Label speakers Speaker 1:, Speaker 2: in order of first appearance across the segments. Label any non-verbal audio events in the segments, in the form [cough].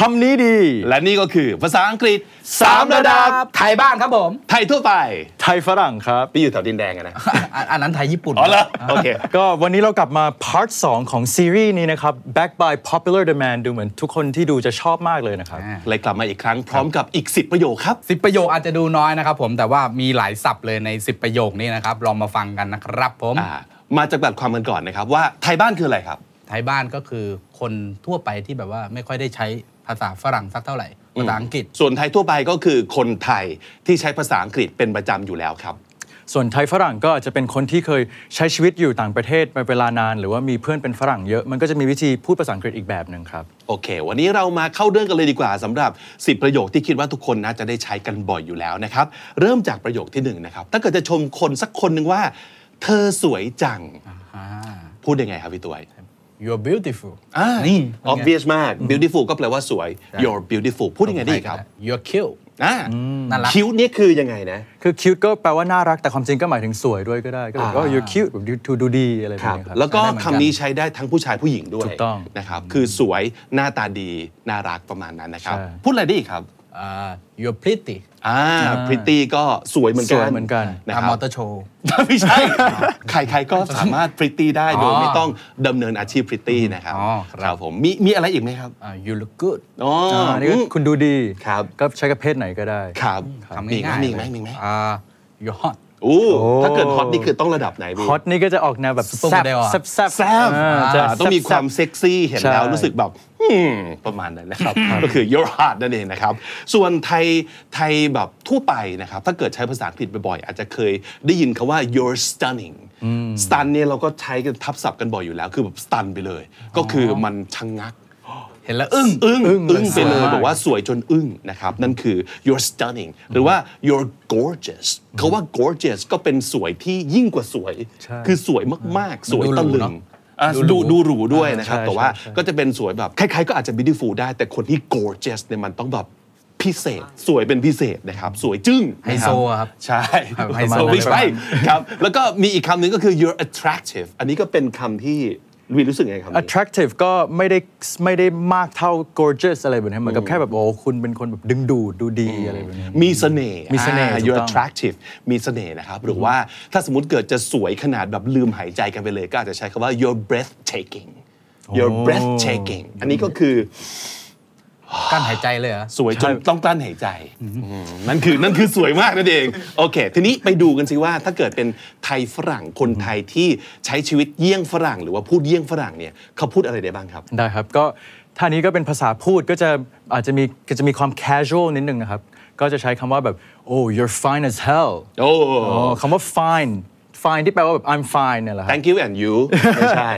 Speaker 1: คำนี้ดี
Speaker 2: และนี่ก็คือภาษาอังกฤษ
Speaker 3: 3
Speaker 2: 3
Speaker 3: ระ
Speaker 2: ระ
Speaker 3: ดั
Speaker 2: ดั
Speaker 3: บบ ไทยบ้านครับผม
Speaker 2: ไทยทั่วไป
Speaker 1: ไทยฝรั่งครับ
Speaker 2: ไปอยู่แถวดินแดงกันนะ
Speaker 3: อ่ะอันนั้นไทยญี่ปุ่น
Speaker 2: อ๋อเหรอ [laughs] โอเค
Speaker 1: ก็วันนี้เรากลับมา part 2 ของซีรีส์นี้นะครับ back by popular demand ดูเหมือนทุกคนที่ดูจะชอบมากเลยนะครับ
Speaker 2: เลยกลับมาอีกครั้งพร้อมกับอีก 10 ประโยคครับ
Speaker 3: สิบประโยคอาจจะดูน้อยนะครับผมแต่ว่ามีหลายศัพท์เลยใน 10 ประโยคนี้นะครับ ลองมาฟังกันนะครับผม
Speaker 2: อ่า มาจากแบบความกันก่อนนะครับว่าไทยบ้านคืออะไรครับ
Speaker 3: ไทยบ้านก็คือคนทั่วไปที่แบบว่าไม่ค่อยได้ใช้ภาษาฝรั่งสักเท่าไหร่ ภาษาอังกฤษ
Speaker 2: ส่วนไทยทั่วไปก็คือคนไทยที่ใช้ภาษาอังกฤษเป็นประจำอยู่แล้วครับ
Speaker 1: ส่วนไทยฝรั่งก็อาจจะเป็นคนที่เคยใช้ชีวิตอยู่ต่างประเทศมาเวลานาน หรือว่ามีเพื่อนเป็นฝรั่งเยอะ มันก็จะมีวิธีพูดภาษาอังกฤษอีกแบบหนึ่งครับ
Speaker 2: โอเค วันนี้เรามาเข้าเรื่องกันเลยดีกว่าสำหรับ 10 ประโยคที่คิดว่าทุกคนน่าจะได้ใช้กันบ่อยอยู่แล้วนะครับ เริ่มจากประโยคที่หนึ่งนะครับ ถ้าเกิดจะชมคนสักคนหนึ่งว่า เธอสวยจัง พูดยังไงครับพี่ตัวย
Speaker 3: you're beautiful
Speaker 2: อ่า
Speaker 3: นี่
Speaker 2: obvious มาก beautiful ก็แปลว่าสวย you're beautiful พูดยังไงดีครับ
Speaker 3: you're cute
Speaker 2: อ่า
Speaker 3: น่ารัก
Speaker 2: คิ้วนี่คือยังไงนะ
Speaker 1: คือ cute ก็แปลว่าน่ารักแต่ความจริงก็หมายถึงสวยด้วยก็ได้ก็แบบว่า you're cute แบบดูดูดีอะไรแบบนี้ครับ
Speaker 2: แล้วก็
Speaker 3: ได้เหมือนกัน
Speaker 2: คำนี้ใช้ได้ทั้งผู้ชายผู้หญิงด้วย
Speaker 1: ถูกต้อง
Speaker 2: นะครับ คือสวยหน้าตาดีน่ารักประมาณนั้นนะครับ
Speaker 1: ใช่
Speaker 2: พูดอะไรได้อีกครับ
Speaker 3: อ่า you're pretty
Speaker 2: อ่า pretty ก็สวยเหมือน
Speaker 1: ส
Speaker 2: กัน
Speaker 1: วยเหมือนกัน
Speaker 2: นะ
Speaker 3: ตาม
Speaker 2: ค
Speaker 3: ม
Speaker 2: รั
Speaker 3: อบ เตอร์โชว์
Speaker 2: [laughs] ไม่ใช่ ใครๆก็สามารถ pretty ได้โดย
Speaker 3: อ๋อ
Speaker 2: ไม่ต้องดำเนินอาชีพ pretty นะครับ
Speaker 3: อ๋อครับ
Speaker 2: ผมมีมีอะไรอีกไหมครับ
Speaker 3: อ่า you look good
Speaker 2: อ๋ออ
Speaker 1: อ่านี่ก็
Speaker 2: อืม
Speaker 1: คุณดูดี
Speaker 2: ครับ
Speaker 1: ก็ใช้กับเพศไหนก็ได้
Speaker 2: ครับ
Speaker 3: ทำ
Speaker 2: มีอีกไหม
Speaker 3: ง่ายๆ
Speaker 2: มีอีกไหม
Speaker 3: เลย
Speaker 2: มีอีกไหม
Speaker 3: อ่า you're hot
Speaker 2: อู้
Speaker 1: โอ้
Speaker 2: ถ้าเกิดฮอตนี่คือต้องระดับไหนพี่
Speaker 1: ฮอตนี่ก็จะออกแนวแบบ
Speaker 3: ซุปเปอร์
Speaker 1: แซ
Speaker 3: โม
Speaker 1: บ
Speaker 3: เดลอะ
Speaker 1: แซบแซบ
Speaker 2: แซบ
Speaker 1: อ่าจะ
Speaker 2: อ่าต้องมี
Speaker 1: แซ่บ
Speaker 2: ความ
Speaker 1: แซ่บ
Speaker 2: เซ็กซี่เห็น
Speaker 1: ใช่
Speaker 2: แล้วรู้สึกแบบอืมประมาณนั้นนะครับ ก็คือ your heart นั่นเองนะครับ ส่วนไทยไทยแบบทั่วไปนะครับ ถ้าเกิดใช้ภาษาอังกฤษบ่อยๆอาจจะเคยได้ยินคำว่า you're stunning stun เนี่ยเราก็ใช้กันทับศัพท์กันบ่อยอยู่แล้ว คือแบบ stun ไปเลย ก็คือมันชะงงัก
Speaker 3: เห็นแล้วอึ้ง
Speaker 2: อึ้ง
Speaker 1: อึ้
Speaker 2: อึ้ง
Speaker 1: ง
Speaker 2: ไปเลย
Speaker 1: สวยมาก
Speaker 2: บอกว่าสวยจนอึ้งนะครับ นั่นคือ you're stunning หรือว่า you're gorgeous เขาว่า gorgeous ก็เป็นสวยที่ยิ่งกว่าสวย คือสวยมากๆ สวยตะลึงอ่ะ
Speaker 3: ดู
Speaker 2: ดู
Speaker 3: หรู
Speaker 2: ดูหรูด้วยนะครับ แต่ว่าก็จะเป็นสวยแบบใครๆก็อาจจะ beautiful ได้ แต่คนที่ gorgeous เนี่ยมันต้องแบบพิเศษ สวยเป็นพิเศษนะครับ สวยจึ้ง
Speaker 3: ไฮ
Speaker 2: นะ
Speaker 3: โซอะครับ
Speaker 2: ใช่
Speaker 3: ครับ
Speaker 2: ไฮ
Speaker 3: ไฮ
Speaker 2: โซ
Speaker 3: โซ
Speaker 2: ไม่ใช่ครับ แล้วก็มีอีกคำหนึ่งก็คือ you're attractive อันนี้ก็เป็นคำที่วีรู้สึกยังไงคำนี้
Speaker 1: attractive ก็ไม่ได้ไม่ได้มากเท่า gorgeous อะไรแบบนี้เหมือนกับแค่แบบโอ้คุณเป็นคนแบบดึงดูดดูดีอะไรแบบนี้
Speaker 2: มีเสน่ห์
Speaker 1: มีเสน่ห์
Speaker 2: อ่า
Speaker 1: ถูกต้อง
Speaker 2: you're attractive มีเสน่ห์นะครับ หรือว่าถ้าสมมติเกิดจะสวยขนาดแบบลืมหายใจกันไปเลย ก็อาจจะใช้คำว่า you're breathtaking you're breathtaking อันนี้ก็คือ
Speaker 3: กั้นหายใจเลยเหรอ
Speaker 2: สวยจนต้องกลั้นหายใจอืมนั่นคือนั่นคือสวยมากนั่นเอง โอเค ทีนี้ไปดูกันสิว่าถ้าเกิดเป็นไทยฝรั่งคนไทยที่ใช้ชีวิตเยี่ยงฝรั่ง หรือว่าพูดเยี่ยงฝรั่งเนี่ยเขาพูดอะไรได้บ้างครับ
Speaker 1: ได้ครับ ก็ท่านี้ก็เป็นภาษาพูดก็จะอาจจะมีก็จะมีความ casual นิดนึงนะครับ ก็จะใช้คำว่าแบบ oh you're fine as hell
Speaker 2: โอ้
Speaker 1: อ๋อคำว่า fine fine ที่แปลว่าแบบ I'm fine เนี่ยแหละครับ
Speaker 2: thank you and you ไม่ใช่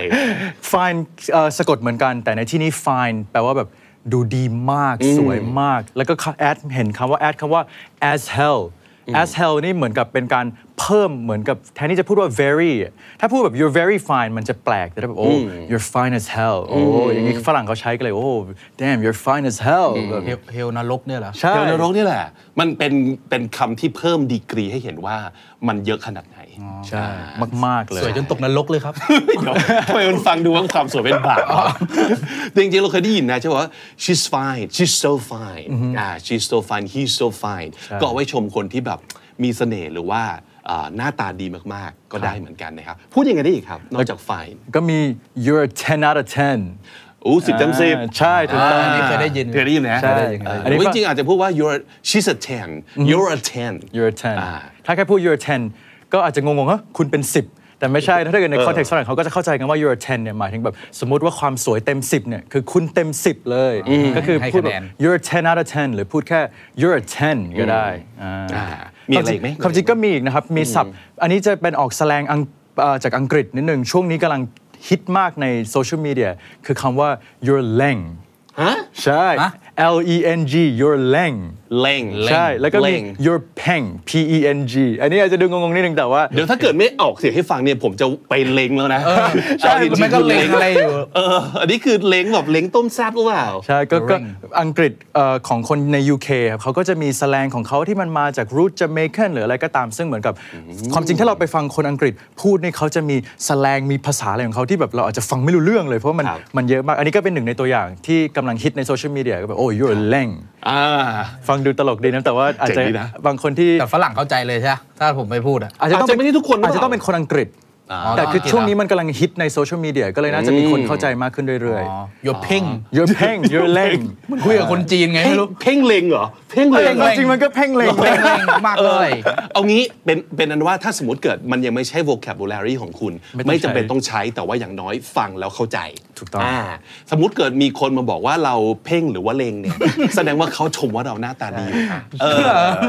Speaker 1: fine เอ่อสะกดเหมือนกัน แต่ในที่นี้ fine แปลว่าแบบดูดีมากสวยมาก แล้วก็ add เห็นคำว่า add คำว่า as hell as hell นี่เหมือนกับเป็นการเพิ่มเหมือนกับแทนที่จะพูดว่า very อะถ้าพูดแบบ you're very fine มันจะแปลก แต่ถ้าแบบโอ้ you're fine as hell โอ้อย่างนี้ฝรั่งเขาใช้กันเลย โอ้ damn you're fine as hell แบบ
Speaker 3: เฮลเฮลนรกเนี่ยเหรอ
Speaker 1: ใช่
Speaker 2: เทวนรกนี่แหละ มันเป็นเป็นคำที่เพิ่มดีกรีให้เห็นว่ามันเยอะขนาดไหน
Speaker 1: ใช่มาก ๆ เลย
Speaker 3: สวยจนตกนรกเลยครับ
Speaker 2: เดี๋ยวทำไมมันฟังดูว่าความสวยเป็นบาปวะจริงๆ เราเคยได้ยินนะใช่ไหมว่า she's fine she's so fine อ่า she's so fine he's so fine ก็เอาไว้ชมคนที่แบบมีเสน่ห์หรือว่าอ่าหน้าตาดีมากๆ ก็ได้เหมือนกันนะครับ พูดยังไงได้อีกครับ นอกจาก fine
Speaker 1: ก็มี you're a 10 out of 10
Speaker 2: อู้สิบเต็มสิบ
Speaker 1: ใช่ถูกต้อง
Speaker 3: อันนี้เคยได้ยิน
Speaker 2: เคยได้ยินนะ
Speaker 1: ใช่
Speaker 2: เออ
Speaker 1: อันนี้ก็
Speaker 2: จริงๆอาจจะพูดว่า you're she's a 10 you're a 10
Speaker 1: you're a
Speaker 2: อ่า
Speaker 1: 10 ถ้าแค่พูด you're a 10 ก็อาจจะงงๆฮะคุณเป็น 10 แต่ไม่ใช่นะถ้าเกิดใน context ฝรั่งเขาก็จะเข้าใจกันว่า you're a 10 เนี่ย หมายถึงแบบ สมมติว่าความสวยเต็ม 10 เนี่ย คือคุณเต็ม 10 เลย ก็คือพูดแบบ
Speaker 3: ให้คะแนน
Speaker 1: you're a 10 out of 10 หรือพูดแค่ you're a 10 ก็ได้อ่า
Speaker 2: อ่ามีอะไรอีกไหม
Speaker 1: ความจริงก็มีอีกนะครับ มีศัพท์ อันนี้จะเป็นออกแสแลงอังเอ่อจากอังกฤษนิดนึง ช่วงนี้กำลังฮิตมากในโซเชียลมีเดียคือคำว่า your leng
Speaker 2: ฮะ
Speaker 1: ใช่
Speaker 3: ฮะ
Speaker 1: L E N G your leng
Speaker 2: เล่ง
Speaker 1: ใช่ แล้วก็มี
Speaker 2: เร่ง
Speaker 1: your peng p e n g อันนี้อาจจะดูงงๆนิดนึงแต่ว่า
Speaker 2: เดี๋ยวถ้าเกิดไม่ออกเสียงให้ฟังเนี่ยผมจะไปเล้งแล้วนะ
Speaker 1: ใช่
Speaker 2: หิน
Speaker 3: แล้วมันก็เล็งอะไรอยู่
Speaker 2: เอออันนี้คือเล้งแบบเล้งต้มแซ่บหรือเปล่า
Speaker 1: ใช่ก็ก็
Speaker 3: Ring
Speaker 1: อังกฤษเอ่อของคนใน UK ครับเขาก็จะมีสแลงของเขาที่มันมาจากรูทจ a เมกันหรืออะไรก็ตามซึ่งเหมือนกับ ความจริงถ้าเราไปฟังคนอังกฤษพูดนี่เขาจะมีสแลงมีภาษาอะไรของเขาที่แบบเราอาจจะฟังไม่รู้เรื่องเลยเพราะมัน
Speaker 2: ครับ
Speaker 1: มันเยอะมาก อันนี้ก็เป็นหนึ่งในตัวอย่างที่กำลังฮิตในโซเชียลมีเดียก็แบบโอ้ you're a lang
Speaker 2: อ่า
Speaker 1: ฟังดูตลกดีนะแต่ว่าอาจจะ
Speaker 2: เจ๋งดีนะ
Speaker 1: บางคนที่
Speaker 3: แต่ฝรั่งเข้าใจเลยใช่ไหมถ้าผมไปพูดอ่ะ
Speaker 1: อาจจะต้อง
Speaker 2: อาจจะไม่ใช่ทุกคนหรือ
Speaker 1: อา
Speaker 2: อา
Speaker 1: จจะต้องเป็นคนอังกฤษ
Speaker 3: อ๋อ
Speaker 1: แต่คือ
Speaker 3: ต้องอังกฤษ
Speaker 1: ช่วง
Speaker 3: เหรอ
Speaker 1: นี้มันกำลังฮิตในโซเชียลมีเดียก็เลยน่าจะมีคนเข้าใจมากขึ้นเรื่อย
Speaker 3: อ๋อโยเพ่ง
Speaker 1: ๆ you're peng you're lang
Speaker 3: มันคุยกับคนจีนไง
Speaker 2: เพ่ง
Speaker 3: ไม่รู้
Speaker 2: เพ่งเล็งเหรอ เพ่ง
Speaker 1: เอ
Speaker 2: เล็
Speaker 1: อง
Speaker 3: พ่
Speaker 1: จริงๆมันก็เพ่งเลง
Speaker 3: เพ่งเล็งมากเลย
Speaker 2: เอางี้เป็นเป็นอันว่าถ้าสมมติเกิดมันยังไม่ใช่ vocabulary ของคุณ
Speaker 1: ไม่ต้อง
Speaker 2: ไม่จำเป็น
Speaker 1: ใช้
Speaker 2: ต้องใช้แต่ว่าอย่างน้อยฟังแล้วเข้าใจ
Speaker 1: ถูกต้อง
Speaker 2: าสมมติเกิดมีคนมาบอกว่าเราเพ่งหรือว่าเลงเนี่ย [laughs] แสดงว่าเขาชมว่าเราหน้าตาดีอยู่นะเออ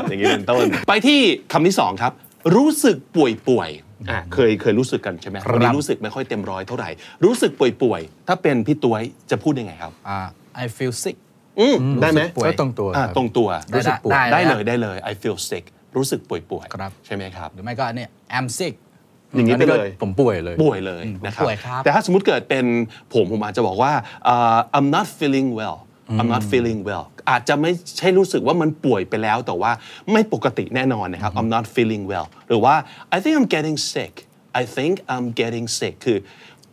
Speaker 2: อย่างนี้เป็นต้น ไปที่คำที่สองครับ รู้สึกป่วยป่วยๆอ่ะเคยเคยรู้สึกกันใช่ไหม
Speaker 3: ครับ
Speaker 2: วันนี้รู้สึกไม่ค่อยเต็มร้อยเท่าไหร่รู้สึกป่วยป่วยๆถ้าเป็นพี่ตัวยจะพูดยังไงครับ
Speaker 3: อ่า I feel sick
Speaker 2: อืมได้ไหม
Speaker 3: ป่วย
Speaker 1: ก็ตรงตัว
Speaker 2: อ่า
Speaker 1: คบ
Speaker 2: ตรงตัว
Speaker 3: ได้ได้
Speaker 2: ได้
Speaker 3: ได้ได้
Speaker 2: เลยได้เลย I feel sick รู้สึกป่วยป่วยๆ
Speaker 3: ครับ
Speaker 2: ใช่ไหมครับ
Speaker 3: หรือไม่ก็เนี่ย I'm sick
Speaker 2: อย่างนี้ไปเลย
Speaker 1: ผมป่วยเลย
Speaker 2: ป่วยเลย
Speaker 3: อืม
Speaker 2: นะครับ
Speaker 3: ป่วยครับ
Speaker 2: แต่ถ้าสมมติเกิดเป็นผมผมอาจจะบอกว่าเอ่อ I'm not feeling well I'm not feeling well อาจจะไม่ใช่รู้สึกว่ามันป่วยไปแล้ว แต่ว่าไม่ปกติแน่นอนนะครับ I'm not feeling well หรือว่า I think I'm getting sick I think I'm getting sick คือ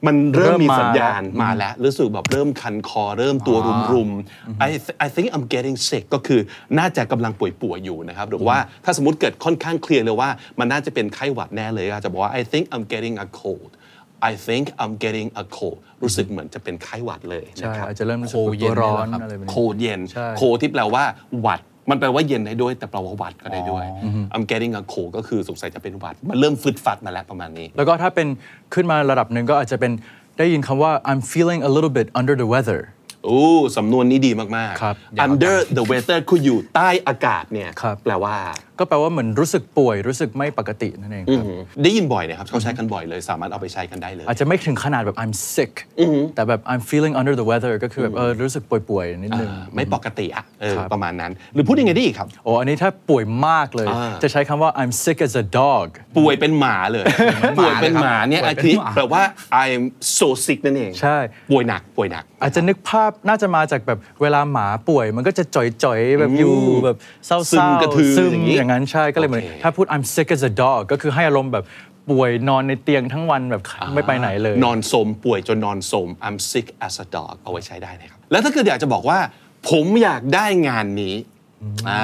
Speaker 2: มันเริ่ม
Speaker 1: เริ่ม
Speaker 2: มี
Speaker 1: มา
Speaker 2: สัญญาณมาแล้วรู้สึกแบบเริ่มคันคอ เริ่มตัวรุมๆ I th- I think I'm getting sick ก็คือน่าจะกำลังป่วยๆอยู่นะครับหรือว่าถ้าสมมติเกิดค่อนข้างเคลียร์เลยว่า มันน่าจะเป็นไข้หวัดแน่เลยอาจจะบอกว่า I think I'm getting a cold I think I'm getting a cold รู้สึกเหมือนจะเป็นไข้หวัดเลยนะ
Speaker 1: ใช่
Speaker 2: ครับ
Speaker 1: อาจจะเริ่มรู้สึก
Speaker 3: โคเย็
Speaker 1: ตัวน ร้อน
Speaker 3: เนี่ยเหรอครับ
Speaker 1: อะไรแบบ
Speaker 2: โค
Speaker 1: นี้
Speaker 2: เย็น
Speaker 1: ใช่
Speaker 2: โคที่แปลว่าหวัด มันแปลว่าเย็นได้ด้วย แต่แปลว่าหวัดก็ได้ด้วย I'm getting a cold ก็คือสงสัยจะเป็นหวัด มันเริ่มฟืดฟัดมาแล้วประมาณนี้
Speaker 1: แล้วก็ถ้าเป็นขึ้นมาระดับหนึ่งก็อาจจะเป็นได้ยินคำว่า I'm feeling a little bit under the weather
Speaker 2: โอ้ สำนวนนี้ดีมาก
Speaker 1: ครับ
Speaker 2: ๆ under the weather คืออยู่ใต้อากาศเนี่ย
Speaker 1: ครับ
Speaker 2: แปลว่า
Speaker 1: ก็แปลว่าเหมือนรู้สึกป่วย รู้สึกไม่ปกตินั่นเองครับ
Speaker 2: ได้ยินบ่อยนะครับเขาใช้กันบ่อยเลย สามารถเอาไปใช้กันได้เลย
Speaker 1: อาจจะไม่ถึงขนาดแบบ I'm sick แต่แบบ I'm feeling under the weather ก็คือแบบเออรู้สึกป่วยๆนิดนึง
Speaker 2: ไม่ปกติอะเออ
Speaker 1: ครับ
Speaker 2: ประมาณนั้น หรือพูดยังไงดีครับ
Speaker 1: โอ้อันนี้ถ้าป่วยมากเลย
Speaker 2: อ่า
Speaker 1: จะใช้คำว่า I'm sick as a dog
Speaker 2: ป่วยเป็นหมาเลย ป่วยเป็นหมาเนี่ย
Speaker 3: ป่
Speaker 2: ไอ
Speaker 3: วยเป็น
Speaker 2: ที
Speaker 3: หมา
Speaker 2: แปลว่า I'm so sick นั่นเอง
Speaker 1: ใช่
Speaker 2: ป่วยหนัก ป่วยหนัก
Speaker 1: อาจจะนึกภาพน่าจะมาจากแบบเวลาหมาป่วย มันก็จะจ่อยๆ แบบอยู่แบบเศร้าๆ
Speaker 2: ซึมกระทือ
Speaker 1: ซึม
Speaker 2: อย่างงี้
Speaker 1: อย่างนั้นใช่ก็เลยเหมือน
Speaker 2: โอเค
Speaker 1: ถ้าพูด I'm sick as a dog ก็คือให้อารมณ์แบบป่วยนอนในเตียงทั้งวันแบบไม่ไปไหนเลย
Speaker 2: นอนสมป่วยจนนอนสม I'm sick as a dog เอาไว้ใช้ได้นะครับ แล้วถ้าเกิดอยากจะบอกว่า ผมอยากได้งานนี้อ่า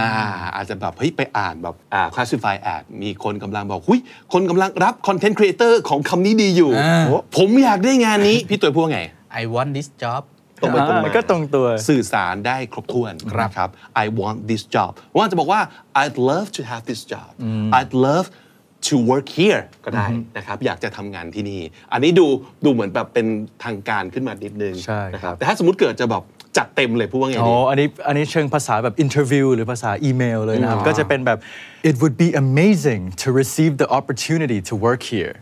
Speaker 2: อาจจะแบบเฮ้ยไปอ่านแบบอ่า classify ad มีคนกำลังบอกหุยคนกำลังรับ content creator ของคำนี้ดีอยู่
Speaker 3: อ่า
Speaker 2: โอ้ผมอยากได้งานนี้ พี่ตัวพูดว่าไง
Speaker 3: I want this job
Speaker 2: ตรงไปตรงมา
Speaker 1: ก็ตรงตัว
Speaker 2: สื่อสารได้ครบถ้วน
Speaker 3: ครับ
Speaker 2: นะครับ I want this job ว่าจะบอกว่า I'd love to have this job I'd love to work here ก็ได้นะครับ อยากจะทำงานที่นี่ อันนี้ดูดูเหมือนแบบเป็นทางการขึ้นมานิดนึง
Speaker 1: ใช่
Speaker 2: นะครับ แต่ถ้าสมมติเกิดจะแบบจัดเต็มเลยพูดว่าไง
Speaker 1: อ๋
Speaker 2: ดี
Speaker 1: ออันนี้อันนี้เชิงภาษาแบบ interview หรือภาษาอีเมลเลยนะครับ ก็จะเป็นแบบ it would be amazing to receive the opportunity to work here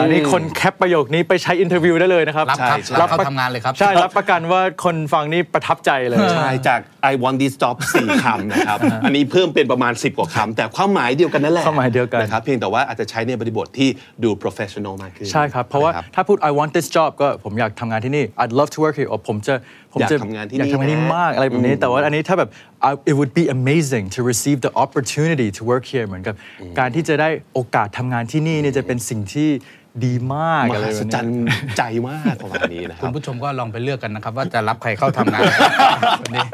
Speaker 1: อันนี้คนแคปประโยคนี้ไปใช้อินเทอร์วิวได้เลยนะครับ
Speaker 3: รับครับ
Speaker 1: ใช่
Speaker 3: รับ
Speaker 1: ปะ
Speaker 3: เข้าทำงานเลยครับ
Speaker 1: ใช่ รับประกันว่าคนฟังนี่ประทับใจเลย
Speaker 2: ใช่จาก I want this job สี่คำนะครับ อันนี้เพิ่มเป็นประมาณ 10 กว่าคำแต่ความหมายเดียวกันนั่นแหละ
Speaker 1: ความหมายเดียวกัน
Speaker 2: นะครับเพียงแต่ว่าอาจจะใช้ในบริบทที่ดู professional มากขึ้น
Speaker 1: ใช่ครับ เพราะว่า
Speaker 2: คบ
Speaker 1: ถ้าพูด I want this job ก็ผมอยากทำงานที่นี่ I'd love to work here อ๋อผมจะผม
Speaker 2: อ
Speaker 1: จะ
Speaker 2: ยากทำงานที่นี่
Speaker 1: อยากทำงานที่
Speaker 2: นะ
Speaker 1: มากอะไรแบบนี้ แต่ว่าอันนี้ถ้าแบบ I- it would be amazing to receive the opportunity to work here เหมือนกับ การที่จะได้โอกาสทำงานที่นี่เนี่ยจะเป็นสิ่งที่ดีมาก
Speaker 2: ม
Speaker 1: อะไร
Speaker 2: หั
Speaker 1: แบบ
Speaker 2: ศ
Speaker 1: นี้
Speaker 2: จรรย์ใจมากประมาณนี้นะค
Speaker 3: คุ
Speaker 2: รั
Speaker 3: ณ
Speaker 2: บ
Speaker 3: ผู้ชมก็ลองไปเลือกกันนะครับ ว่าจะรับใครเข้าทำงาน วันนี้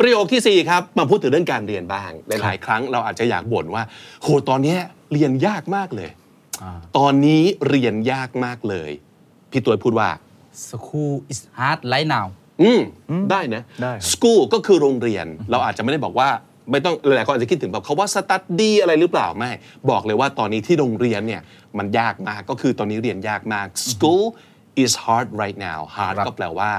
Speaker 2: ประโยคทีสี่ 4 ครับ มาพูดถึงเรื่องการเรียนบ้าง หลายๆครั้งเราอาจจะอยากบ่นว่าโหตอนเนี้ยเรียนยากมากเลย ตอนนี้เรียนยากมากเลย พี่ตัวยพูดว่า
Speaker 3: School is hard right now
Speaker 2: อืมได้นะ
Speaker 1: ได้ครับ
Speaker 2: school ก็คือโรงเรียน เราอาจจะไม่ได้บอกว่าไม่ต้องหลายๆคนอาจจะคิดถึงแบบเขาว่า study อะไรหรือเปล่าไม่ บอกเลยว่าตอนนี้ที่โรงเรียนเนี่ยมันยากมากก็คือตอนนี้เรียนยากมาก school is hard right now hard
Speaker 3: ครับ
Speaker 2: ก็แปลว่า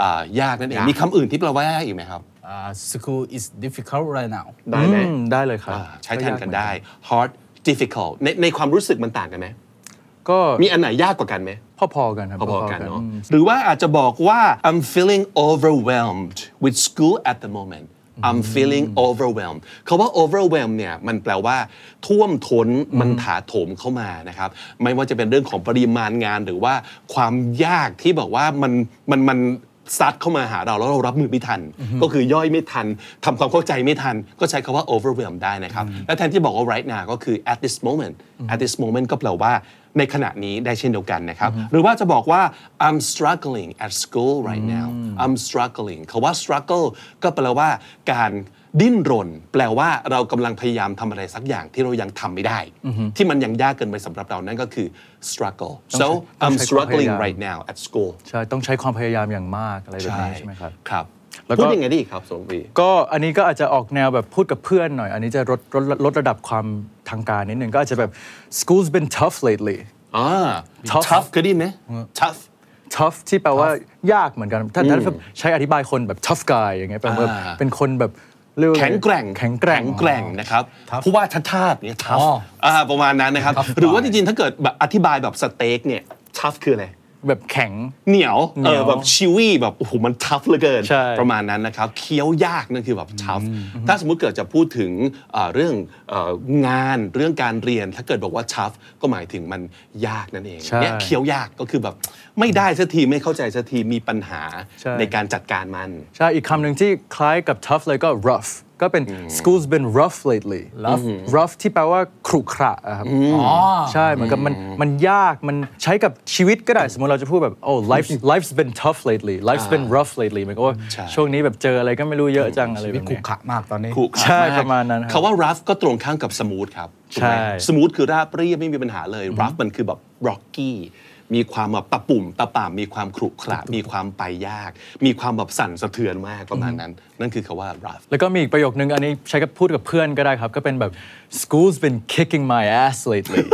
Speaker 2: อ่ายากนั่นเอง
Speaker 3: ยาก
Speaker 2: มีคำอื่นที่แปลว่ายากอีกไหมครับ
Speaker 3: อ่า School is difficult right now
Speaker 2: ได้ไหม
Speaker 1: อืมได้เลยครับ
Speaker 2: อ่าใช้แทนกันได้ hard difficult ในในความรู้สึกมันต่างกันไหม
Speaker 1: ก็
Speaker 2: มีอันไหนยากกว่ากันไหม
Speaker 1: พอๆกันครับ
Speaker 2: พอๆกันเนาะ
Speaker 1: อืม
Speaker 2: หรือว่าอาจจะบอกว่า I'm feeling overwhelmed with school at the moment I'm feeling overwhelmed คาว่า overwhelm เนี่ยมันแปลว่า ท่วมท้นมันถาโถมเข้ามานะครับ ไม่ว่าจะเป็นเรื่องของปริมาณงานหรือว่าความยากที่บอกว่ามันมันมันซัดเข้ามาหาเราแล้วเรารับมือไม่ทัน ก็คือย่อยไม่ทันทำความเข้าใจไม่ทัน ก็ใช้คำว่า overwhelm ได้นะครับ และแทนที่บอกว่า right now ก็คือ at this moment at this moment ก็แปลว่า ในขณะนี้ได้เช่นเดียวกันนะครับ หรือว่าจะบอกว่า I'm struggling at school right now I'm struggling คาว่า struggle ก็แปลว่าการดิ้นรน แปลว่าเรากำลังพยายามทำอะไรสักอย่างที่เรายังทำไม่ได้ ที่มันยังยากเกินไปสำหรับเรานั่นก็คือ struggle
Speaker 1: ต้
Speaker 2: so
Speaker 1: องใช้ต้อง
Speaker 2: I'm
Speaker 1: ใช้ความพยายา
Speaker 2: struggling
Speaker 1: ม
Speaker 2: right now at school
Speaker 1: ใช่ต้องใช้ความพยายามอย่างมากอะไรแบบนี้ใช่ไหมครับ
Speaker 2: ครับ
Speaker 1: แล้วก็
Speaker 2: พูดยังไงดีครับสมบี
Speaker 1: ก็อันนี้ก็อาจจะออกแนวแบบพูดกับเพื่อนหน่อย อันนี้จะลดลดลดระดับความทางการนิดนึงก็อาจจะแบบ school's been tough lately
Speaker 2: อ่า
Speaker 1: Tough
Speaker 2: tough เคยได้ยินไหม tough
Speaker 1: tough ที่แปลว่ายากเหมือนกัน ถ้าถ้าใช้อธิบายคนแบบ tough guy อย่างเงี้ยแปลว่า
Speaker 2: อ่า
Speaker 1: เป็นคนแบบเรียว่า
Speaker 2: แข็งแกร่ง
Speaker 1: แข็งแกร่ง
Speaker 2: แร่งนะครับผู้ว่าชัดชาติเนี่ยทัฟ
Speaker 3: อ๋ออ่
Speaker 2: ประมาณนั้นนะครับ
Speaker 3: Tough
Speaker 2: หรือว่าจริงๆ ถ้าเกิดแบบอธิบายแบบสเต็กเนี่ยทัฟคืออะไร
Speaker 1: แบบแข็ง
Speaker 2: เหนียว
Speaker 1: เหนี
Speaker 2: เอ
Speaker 1: ยว
Speaker 2: อแบบชิวี่แบบโอ้โหมันทัฟเหลือเกิน
Speaker 1: ใช่
Speaker 2: ประมาณนั้นนะครับ เคี้ยวยากนั่นคือแบบทัฟถ้าสมมุติเกิดจะพูดถึงเอ่อเรื่องเอ่องานเรื่องการเรียนถ้าเกิดบอกว่าทัฟก็หมายถึงมันยากนั่นเอง
Speaker 1: ใช่
Speaker 2: เนี่ยเคี้ยวยากก็คือแบบไม่ได้สักทีไม่เข้าใจสักทีมีปัญหา
Speaker 1: ใช่
Speaker 2: ในการจัดการมัน
Speaker 1: ใช่ อีกคำหนึ่งที่คล้ายกับ tough เลยก็ rough ก็เป็น school's been rough lately rough rough ที่แปลว่าขรุขระอะครับ
Speaker 3: อ๋อ
Speaker 1: ใช่เหมือนกับมันมันยากมันใช้กับชีวิตก็ได้ สมมติเราจะพูดแบบ oh life life's been tough lately life's been rough lately เหมือนกับว่า
Speaker 2: ใช่
Speaker 1: ช่วงนี้แบบเจออะไรก็ไม่รู้เยอะจังอะไรแบ
Speaker 3: วิ
Speaker 1: บ
Speaker 3: ขุ
Speaker 1: เนี้ย
Speaker 3: ขระมากตอนนี้
Speaker 2: ขรุขระ
Speaker 1: ใช่
Speaker 2: ก
Speaker 1: ประมาณนั้นครับ
Speaker 2: คำว่า rough ก็ตรงข้ามกับ smooth ครับถูกไหม
Speaker 1: ใช่
Speaker 2: smooth คือราบเรียบไม่มีปัญหาเลย rough มันคือแบบ rocky มีความแบบตะปุ่มตะป่ามมีความขรุขระมีความไปยาก มีความแบบสั่นสะเทือนมากประมาณนั้น นั่นคือคำว่า rough
Speaker 1: แล้วก็มีอีกประโยคนึงอันนี้ใช้กับพูดกับเพื่อนก็ได้ครับ ก็เป็นแบบ school's been kicking my ass lately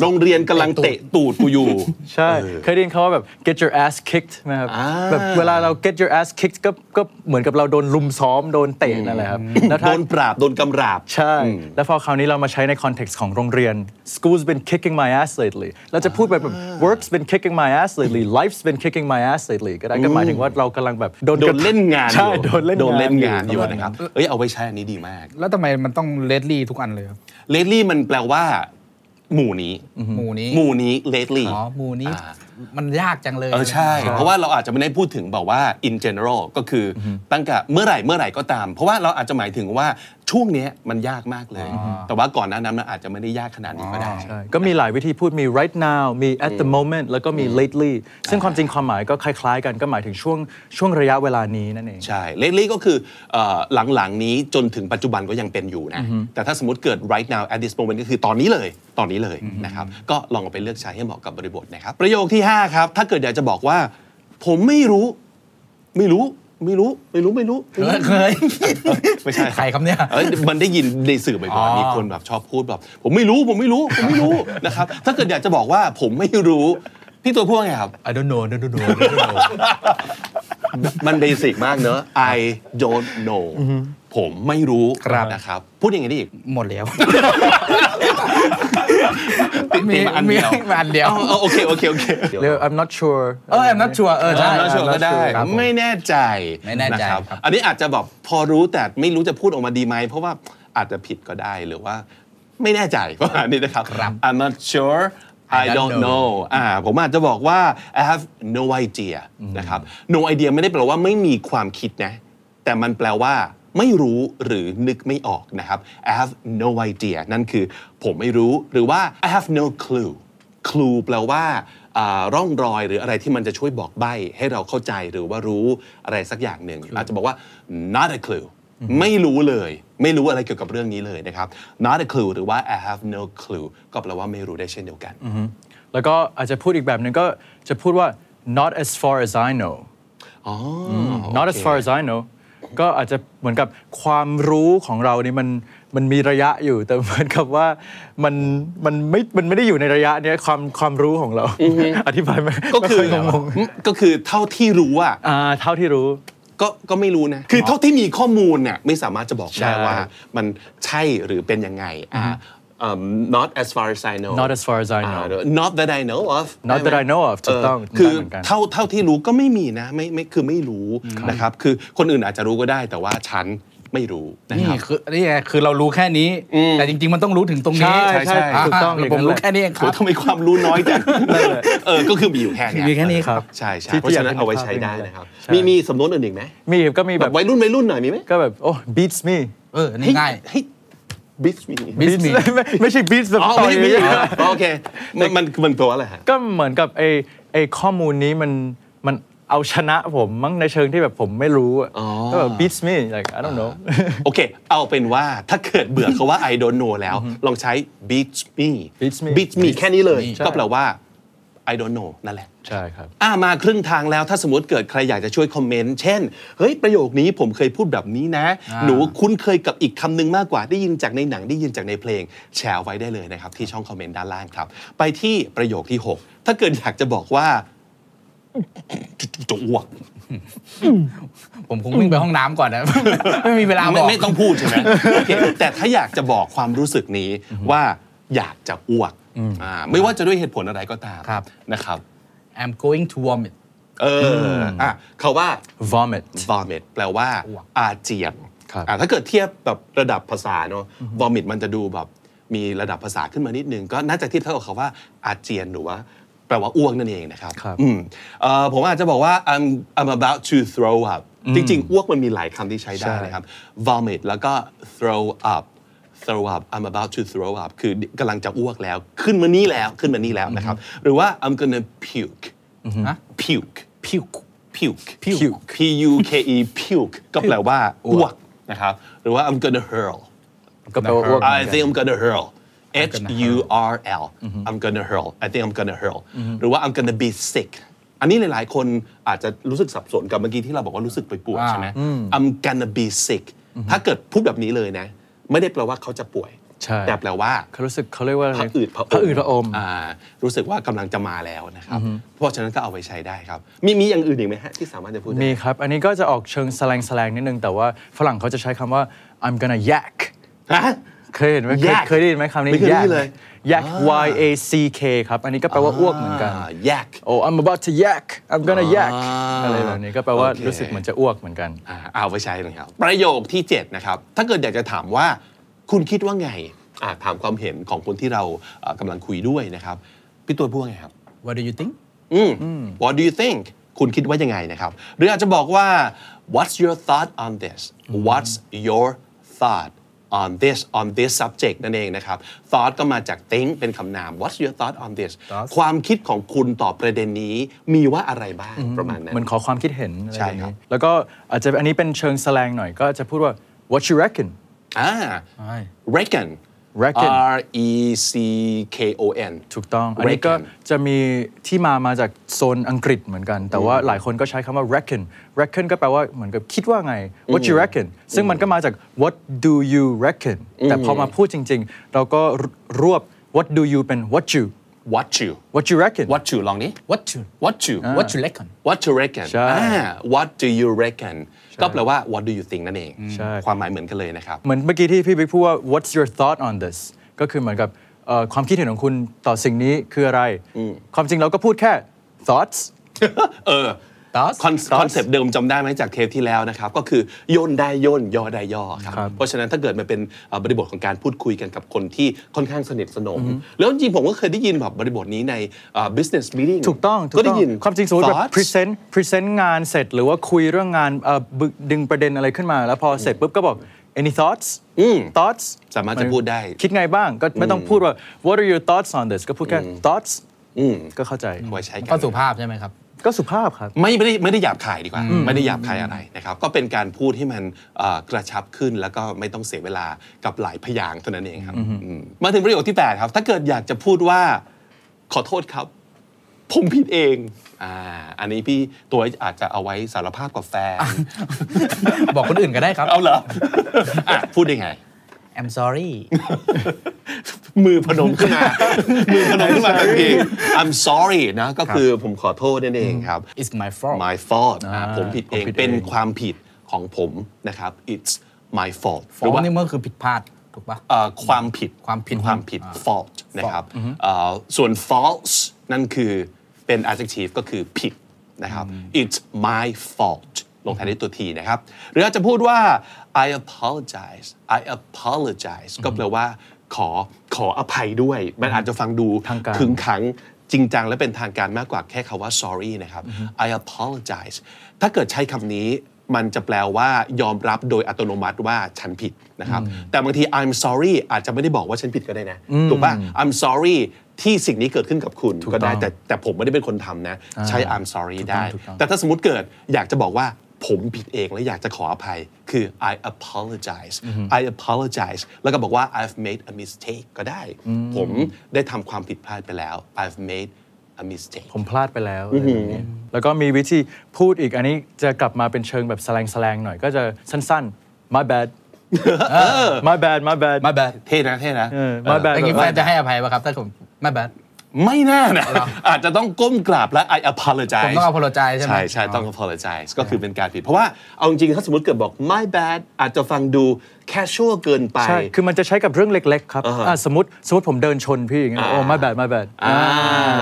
Speaker 2: โรงเรียนกำลังเตะตูดกูอยู่
Speaker 1: [laughs] ใช่ เคยได้ยินคำว่าแบบ get your ass kicked ไหมครับ
Speaker 2: อ่า
Speaker 1: แบบเวลาเรา get your ass kicked ก็ก็เหมือนกับเราโดนลุมซ้อมโดนเตะนั่นแหละครับแล้ว
Speaker 2: โด
Speaker 1: ถ้าน
Speaker 2: ปราบ โดนกำราบ
Speaker 1: ใช่ แล้วพอคราวนี้เรามาใช้ในคอนเท็กซ์ของโรงเรียน school's been kicking my ass lately เราจะพูดแบบแบบ work's been kicking my ass lately life's been kicking my ass lately ก็ได้ก็หมายถึงว่าเรากำลังแบบโดน
Speaker 2: โด
Speaker 1: กระ
Speaker 2: น
Speaker 1: ทำ
Speaker 2: เล่นงานอยู่
Speaker 1: ใช่โดนเล่นงาน
Speaker 2: โดนเล่นงานอยู่
Speaker 1: ปมาณ
Speaker 2: นะครับเอ้ยเอาไว้ใช้อันนี้ดีมาก
Speaker 3: แล้วทำไมมันต้องเลดลี่ทุกอันเลยครับ
Speaker 2: lately มันแปลว่า หมู่นี้
Speaker 3: หมู่นี้
Speaker 2: หมู่นี้ lately
Speaker 3: อ๋อหมู่นี้
Speaker 2: อ่า
Speaker 3: มันยากจังเลย
Speaker 2: เออใช่ เพราะว่าเราอาจจะไม่ได้พูดถึงแบบว่า in general ก็คือตั้งแต่เมื่อไหร่เมื่อไหร่ก็ตาม เพราะว่าเราอาจจะหมายถึงว่าช่วงเนี้ยมันยากมากเลย แต่ว่าก่อนหน้านั้นมันอาจจะไม่ได้ยากขนาดนี้ก็ได้
Speaker 1: ใช่ก็มีหลายวิธีพูดมี right now มี at the moment แล้วก็มี lately ซึ่งความจริงความหมายก็คล้ายๆกันก็หมายถึงช่วงช่วงระยะเวลานี้นั่นเอง
Speaker 2: ใช่ lately ก็คือเอ่อหลังๆนี้จนถึงปัจจุบันก็ยังเป็นอยู่นะ แต่ถ้าสมมติเกิด right now at this moment ก็คือตอนนี้เลย ตอนนี้เลยนะครับ ก็ลองเอาไปเลือกใช้ให้เหมาะกับบริบทนะครับ ประโยคที่ 5 ครับ ถ้าเกิดอยากจะบอกว่า ผมไม่รู้ ไม่รู้ ไม่รู้ ไม่รู้ ไม่รู้
Speaker 3: เคย
Speaker 2: ไม่ใช่
Speaker 3: ใครครับเนี่ย
Speaker 2: อ้มันได้ยินในสื่อบ่อยๆมีคนแบบชอบพูดแบบ ผมไม่รู้ผมไม่รู้ ผมไม่รู้ นะครับ ถ้าเกิดอยากจะบอกว่าผมไม่รู้ พี่ตัวพูดว่าไงครับ
Speaker 3: I don't know I don't know I don't know
Speaker 2: [laughs] มันเบสิกมากเนอะ I don't know ผมไม่รู้
Speaker 3: ครับ
Speaker 2: นะครับ พูดยังไงได้อีก
Speaker 3: หมดแล้ว
Speaker 2: ติดมี
Speaker 3: มี
Speaker 2: มาอันเดียว
Speaker 3: มีมาอันเดียว
Speaker 2: าเอาโอเคโอเคโอเค
Speaker 1: เรียกว่า I'm not sure
Speaker 3: เออ I'm not sure เออใช่
Speaker 2: ใช่ไม่เชื่อก็ได้
Speaker 3: ครับผม
Speaker 2: ไม่แน่ใจ
Speaker 3: ไม่แน่ใจ
Speaker 2: ะครับ
Speaker 3: ครับ
Speaker 2: อันนี้อาจจะแบบพอรู้แต่ไม่รู้จะพูดออกมาดีไหมเพราะว่าอาจจะผิดก็ได้หรือว่า ไม่แน่ใจ [laughs] ประมาณนี้นะครับ I'm not sure I don't know อ่าผมอาจจะบอกว่า I have no idea นะครับ no idea ไม่ได้แปลว่าไม่มีความคิดนะ แต่มันแปลว่า ไม่รู้หรือนึกไม่ออกนะครับ I have no idea นั่นคือ ผมไม่รู้หรือว่า I have no clue คลูแปลว่าอ่าร่องรอยหรืออะไรที่มันจะช่วยบอกใบ้ให้เราเข้าใจหรือว่ารู้อะไรสักอย่างหนึ่งอาจจะบอกว่า not a clue ไม่รู้เลย ไม่รู้อะไรเกี่ยวกับเรื่องนี้เลยนะครับ not a clue หรือว่า I have no clue ก็แปลว่าไม่รู้ได้เช่นเดียวกัน
Speaker 1: แล้วก็อาจจะพูดอีกแบบหนึ่งก็จะพูดว่า not as far as I know
Speaker 2: อ๋อ
Speaker 1: not as far as I know ก็อาจจะเหมือนกับความรู้ของเรานี่มันมันมีระยะอยู่ แต่เหมือนกับว่ามันมันไม่มันไม่ได้อยู่ในระยะเนี้ยความความรู้ของเรา อธิบายไหม
Speaker 2: ก็คือ
Speaker 1: ไม่ยงง
Speaker 2: ก็คือเท่าที่รู้อ่ะ
Speaker 1: อ่าเท่าที่รู้
Speaker 2: ก็ก็ไม่รู้นะ คือเท่าที่มีข้อมูลเนี่ยไม่สามารถจะบอกได้
Speaker 1: ใช่
Speaker 2: ว่ามันใช่หรือเป็นยังไงอ่าเอิ่ม not as far as I know
Speaker 1: Not as far as I
Speaker 2: อ่า
Speaker 1: know
Speaker 2: not that I know of
Speaker 1: Not
Speaker 2: ใช่ไหม
Speaker 1: that I know of ถูกต้อง
Speaker 2: เคือ
Speaker 1: ได้เหมือนกัน
Speaker 2: เท่าเท่าที่รู้ก็ไม่มีนะไม่ไม่คือไม่รู้นะครับ คือคนอื่นอาจจะรู้ก็ได้แต่ว่าฉัน ไม่รู้นะ
Speaker 3: นี่
Speaker 2: ครับ
Speaker 3: คือนี่ไงคือเรารู้แค่นี้
Speaker 2: อืม
Speaker 3: แต่จริง ๆ มันต้องรู้ถึงตรงนี้
Speaker 1: ใช่ใช่
Speaker 3: า
Speaker 1: ถูกต้อง
Speaker 3: ผมรู้แค่นี้เองค
Speaker 2: โห
Speaker 3: รับ
Speaker 2: ทำไมความรู้น้อยจังเออก็คือมีอยู่แค่เนี้ย
Speaker 3: มีแค่นี้ครับ
Speaker 2: ใช่ใช่
Speaker 1: ที่
Speaker 2: เพราะฉะนั้น
Speaker 1: ที่อยากให้
Speaker 2: เอาไว้
Speaker 1: มี
Speaker 2: ใช้ได้
Speaker 1: ภาพ
Speaker 2: นะครับ
Speaker 1: ใช่
Speaker 2: มีมีสำนวนอื่นอีกไหม
Speaker 1: มีครับก็มี
Speaker 2: แบ
Speaker 1: แบบ บ
Speaker 2: วัยรุ่นวัยรุ่นหน่อยมีไหม
Speaker 1: ก็แบบโอ้ beats me
Speaker 3: เออนี่ง่าย
Speaker 2: เฮ้ยบิสมี
Speaker 3: Beats
Speaker 1: Beats
Speaker 3: me
Speaker 1: [laughs] ไม่ไม่ใช่ beats แบบ
Speaker 2: อ๋อ
Speaker 1: ต่อ
Speaker 2: ไม่
Speaker 1: ย
Speaker 2: ใช่ beat
Speaker 1: อย่างเงี้
Speaker 2: [laughs]
Speaker 1: ย
Speaker 2: อ๋อโอเคมันมันมันตัวอะไรฮะ
Speaker 1: ก็เหมือนกับไอ้ไอ้ข้อมูลนี้มันมันเอาชนะผมมั้งในเชิงที่แบบผมไม่รู้อะ
Speaker 2: อ๋อ
Speaker 1: ก็แบบ beats me like I don't know
Speaker 2: โอเค เอาเป็นว่าถ้าเกิดเบื่อเขาว่า I don't know แล้ว ลองใช้ beat me
Speaker 1: Beats me
Speaker 2: beat me แค่นี้เลย
Speaker 1: ใช่
Speaker 2: ก็แปลว่า I don't know นั่นแหละ
Speaker 1: ใช่ครับ
Speaker 2: อ่ามาครึ่งทางแล้วถ้าสมมติเกิดใครอยากจะช่วยคอมเมนต์เช่น เฮ้ย ประโยคนี้ผมเคยพูดแบบนี้นะ
Speaker 3: อ่า
Speaker 2: หนูคุ้นเคยกับอีกคำหนึงมากกว่าได้ยินจากในหนังได้ยินจากในเพลง แชร์ไว้ได้เลยนะครับ ที่ช่องคอมเมนต์ด้านล่างครับ ไปที่ประโยคที่ 6 ถ้าเกิดอยากจะบอกว่าจะอ้วก
Speaker 3: ผมคงวิ่งไปห้องน้ำก่อนนะ [laughs] ไม่มีเวลาบ
Speaker 2: ไม่
Speaker 3: อก
Speaker 2: ไม่ต้องพูดใช่ไหมโอเคแต่ถ้าอยากจะบอกความรู้สึกนี้ว่าอยากจะอ้วกอ่าไม่ว่าจะด้วยเหตุผลอะไรก็ตาม
Speaker 3: ครับ
Speaker 2: นะครับ
Speaker 3: I'm going to vomit
Speaker 2: เออออ่ะเขาว่า
Speaker 1: vomit
Speaker 2: vomit แปลว่า
Speaker 3: อ้วก
Speaker 2: อาเจียน
Speaker 1: ครับ
Speaker 2: อ่ะถ้าเกิดเทียบแบบระดับภาษาเนอะ vomit มันจะดูแบบมีระดับภาษาขึ้นมานิดนึง ก็น่าจะเทียบเท่ากับคำว่าอาเจียนหรือว่า แปลว่าอ้วกนั่นเองนะครับอืมเอ่อผมอาจจะบอกว่า I'm I'm about to throw up จริงๆ อ้วกมันมีหลายคำที่ใช้ได้นะครับ vomit แล้วก็ throw up throw up I'm about to throw up คือกำลังจะอ้วกแล้ว ขึ้นมานี่แล้วขึ้นมานี่แล้วนะครับ หรือว่า I'm gonna puke
Speaker 3: ฮะ
Speaker 2: puke
Speaker 3: puke
Speaker 2: puke
Speaker 3: Puke
Speaker 2: p u k e puke ก็แปลว่าอ้วกนะครับ หรือว่า I'm gonna hurl
Speaker 1: ก็แปลว่าอ้วก
Speaker 2: I think I'm gonna hurl H
Speaker 3: gonna
Speaker 2: U R L I'm gonna hurl I think I'm gonna hurl หรือว่า I'm gonna be sick อันนี้หลายๆ คนอาจจะรู้สึกสับสนกับเมื่อกี้ที่เราบอกว่ารู้สึกไปปวด
Speaker 3: อ่า
Speaker 2: ใช่ไหม I'm gonna be sick ถ้าเกิดพูดแบบนี้เลยนะ ไม่ได้แปลว่าเขาจะป่วย
Speaker 1: ใช่
Speaker 2: แต่แปลว่า
Speaker 1: เขารู้สึกเขาเรียกว่าอะไร
Speaker 2: พระอืด
Speaker 1: พระอืดพระอม
Speaker 2: ารู้สึกว่ากำลังจะมาแล้วนะครับ เพราะฉะนั้นก็เอาไปใช้ได้ครับ มีมีอย่างอื่นอีกไหมฮะที่สามารถจะพูดได้
Speaker 1: มีครับ อันนี้ก็จะออกเชิงแสลงแสลงนิดนึง แต่ว่าฝรั่งเขาจะใช้คำว่า I'm gonna yak
Speaker 2: ฮะ
Speaker 1: เคยเห็นไหมเคย
Speaker 2: Yak
Speaker 1: เคยได้ยินไหมคำนี้
Speaker 2: ไม่เคยได้
Speaker 1: yak
Speaker 2: ยินเลย
Speaker 1: yak y a c k ครับ อันนี้ก็แปลว่าอ้วกเหมือนกัน
Speaker 2: แยก
Speaker 1: oh I'm about to yak I'm gonna yak
Speaker 2: อ่า
Speaker 1: อะไรแบบนี้ก็แปลว่า
Speaker 2: โอเค
Speaker 1: รู้สึกเหมือนจะอ้วกเหมือนกัน
Speaker 2: อ่าเอาไปใช้นะครับ ประโยคที่ 7 นะครับ ถ้าเกิดอยากจะถามว่าคุณคิดว่าไงอ่าถามความเห็นของคนที่เราเอ่อกำลังคุยด้วยนะครับ พี่ตัวพูดว่าไงครับ
Speaker 3: What do you think
Speaker 2: อืม What do you think คุณคิดว่ายังไงนะครับ หรืออาจจะบอกว่า What's your thought on this What's your thought on this on this subject นั่นเองนะครับ thought ก็มาจาก think เป็นคำนาม What's your thought on this
Speaker 3: Thoughts
Speaker 2: ความคิดของคุณต่อประเด็นนี้มีว่าอะไรบ้างประมาณนั้น
Speaker 1: เหมือนขอความคิดเห็นอะไร
Speaker 2: ใช่
Speaker 1: แบบ
Speaker 2: ครับ
Speaker 1: นี้แล้วก็อาจจะอันนี้เป็นเชิงแสลงหน่อย ก็จะพูดว่า what you reckon
Speaker 2: อ่า
Speaker 3: ใช่
Speaker 2: reckon
Speaker 1: Reckon
Speaker 2: R E C K O N
Speaker 1: ถูกต้อง อันนี้ก็
Speaker 2: Reckon
Speaker 1: จะมีที่มามาจากโซนอังกฤษเหมือนกัน แต่ว่าหลายคนก็ใช้คำว่า reckon reckon ก็แปลว่าเหมือนกับคิดว่าไง what you reckon ซึ่งมันก็มาจาก what do you reckon แต่พอมาพูดจริง ๆ เราก็รวบ what do you เป็น what you
Speaker 2: what you
Speaker 1: what you reckon
Speaker 2: what you ลองนี้
Speaker 3: What you
Speaker 2: what you
Speaker 3: What you reckon
Speaker 2: what you reckon
Speaker 1: ใช่
Speaker 2: อ่า what do you reckon ก็แปลว่า what do you think นั่นเอง
Speaker 1: ใช่
Speaker 2: ความหมายเหมือนกันเลยนะครับ
Speaker 1: เหมือนเมื่อกี้ที่พี่บิ๊กพูดว่า what's your thought on this ก็คือเหมือนกับเอ่อความคิดเห็นของคุณต่อสิ่งนี้คืออะไร ความจริงเราก็พูดแค่ thoughts
Speaker 2: เออ
Speaker 3: Thoughts
Speaker 2: คอนเซปต์เดิมจำได้ไหมจากเทปที่แล้วนะครับ ก็คือโยนได้โยนย่อได้ย่อครับ เพราะฉะนั้นถ้าเกิดมันเป็นเอ่อบริบทของการพูดคุยกันกับคนที่ค่อนข้างสนิทสนม แล้วจริงๆผมก็เคยได้ยินแบบบริบทนี้ในเอ่อ business meeting
Speaker 1: ถูกต้องถูก
Speaker 2: ก็
Speaker 1: ต้
Speaker 2: ได้
Speaker 1: อง
Speaker 2: ยิน
Speaker 1: ความจริงสมมติแบบ
Speaker 2: Thoughts
Speaker 1: present present งานเสร็จหรือว่าคุยเรื่องงานเอ่อบึกดึงประเด็นอะไรขึ้นมา แล้วพอเสร็จปุ๊บก็บอก any thoughts thoughts
Speaker 2: สามารถจะพูดได้
Speaker 1: คิดไงบ้างก็ไม่ต้องพูดว่า what are your thoughts on this ก็พูดแค่ thoughts ก็เข้าใจ
Speaker 2: ไว้ใช้กั
Speaker 3: ก็
Speaker 2: น
Speaker 3: สุภาพใช่ไหมครับ
Speaker 1: ก็สุภาพครับ
Speaker 2: ไม่ไม่ได้ไม่ได้หยาบคายดีกว่า ไม่ได้หยาบคายอะไรนะครับ ก็เป็นการพูดให้มันเอ่อกระชับขึ้น แล้วก็ไม่ต้องเสียเวลากับหลายพยางค์เท่านั้นเองครับอืมมาถึงประโยคที่ 8 ครับ ถ้าเกิดอยากจะพูดว่าขอโทษครับ ผมผิดเองอ่าอันนี้พี่ตัวอาจจะเอาไว้สารภาพกับแฟน
Speaker 3: บอกคนอื่นก็ได้ครับ
Speaker 2: เอาเหรออ่ะพูดยังไง
Speaker 3: I'm sorry
Speaker 2: มือพนมขึ้นมา มือพนมขึ้นมาทันที I'm sorry นะก็คือผมขอโทษนั่นเองครับ
Speaker 3: It's my fault
Speaker 2: my fault อ่าผมผิดเอง
Speaker 1: ผมผิดเอง
Speaker 2: เป็นความผิดของผมนะครับ it's my fault หรื
Speaker 3: fault
Speaker 2: ว่า
Speaker 3: นี่มันก็คือผิดพลาดถูกปะ
Speaker 2: เอ่อความผิด
Speaker 3: ความผิด
Speaker 2: ความผิด
Speaker 3: อ่า
Speaker 2: fault นะครับเอ่อส่วน false นั่นคือเป็น adjective ก็คือผิดนะครับ it's my fault ลงท้ายด้วยตัว t นะครับ หรืออาจจะพูดว่า I apologize I apologize ก็แปลว่าขอขออภัยด้วย มันอาจจะฟังดู
Speaker 1: ทางการ
Speaker 2: ขึงขังจริงจังและเป็นทางการมากกว่าแค่คาว่า sorry นะครับ I apologize ถ้าเกิดใช้คำนี้มันจะแปลว่ายอมรับโดยอัตโนมัติว่าฉันผิดนะครับ แต่บางที I'm sorry อาจจะไม่ได้บอกว่าฉันผิดก็ได้นะ ถูกปะ I'm sorry ที่สิ่งนี้เกิดขึ้นกับคุณ
Speaker 1: ถูก
Speaker 2: ก็ได้
Speaker 1: ต้อง
Speaker 2: แต่แต่ผมไม่ได้เป็นคนทำนะ ใช้ I'm sorry ได้
Speaker 1: ถูกต้อง
Speaker 2: แต่ถ้าสมมติเกิดอยากจะบอกว่าผมผิดเองและอยากจะขออภัยคือ I apologize I apologize แล้วก็บอกว่า I've made a mistake ก็ได้ ผมได้ทำความผิดพลาดไปแล้ว I've made a mistake
Speaker 1: ผมพลาดไปแล้วอะไรแบบนี้แล้วก็มีวิธีพูดอีกอันนี้จะกลับมาเป็นเชิงแบบแสลงแสลงหน่อยก็จะสั้นๆ my bad [laughs] my bad my bad
Speaker 3: มาแบด
Speaker 2: เท่นะเท่นะ
Speaker 1: เออ my
Speaker 3: แต่
Speaker 1: bad
Speaker 3: กี้แฟนจะให้อภัยป่ะครับถ้าผมมาแบด
Speaker 2: ไม่น่านะ อาจจะต้องก้มกราบและ I apologize
Speaker 3: ผมต้อง apologize ใช่ไหม
Speaker 2: ใช่ใช่ต้อง apologize ก็คือเป็นการผิด เพราะว่าเอาจริงๆถ้าสมมติเกิดบอก my bad อาจจะฟังดู casual เกินไป
Speaker 1: ใช่ คือมันจะใช้กับเรื่องเล็ก ๆ ครับ
Speaker 2: อ่าฮะ
Speaker 1: อ่ะสมมติสมมติผมเดินชนพี่อย่างเงี้ย
Speaker 2: อ่า
Speaker 1: โอ้ my bad my bad
Speaker 2: อ่า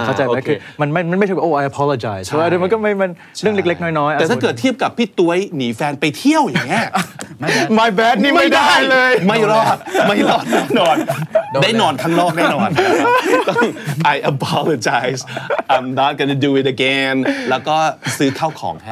Speaker 1: เข้าใจไหม
Speaker 2: โอเค
Speaker 1: คือมันไม่มันไม่ถึงโอ้ I apologize ใช่ไหมเดี๋ยวมันก็ไม่มันเรื่องเล็ก ๆ น้อยๆอ่ะ
Speaker 2: แต่ถ้าเกิด
Speaker 1: สมมุ
Speaker 2: เทียบกับพี่ตุ้ยหนีแฟนไปเที่ยวอย่างเงี้ย
Speaker 1: my bad นี่ไม่ได้เลย
Speaker 2: ไม่รอด ไม่รอดแน่นอน
Speaker 3: โดนเลย
Speaker 2: ได้นอนข้างนอกแน่นอนต้อง I apologize I'm not gonna do it again แล้วก็ซื้อข้าวของให้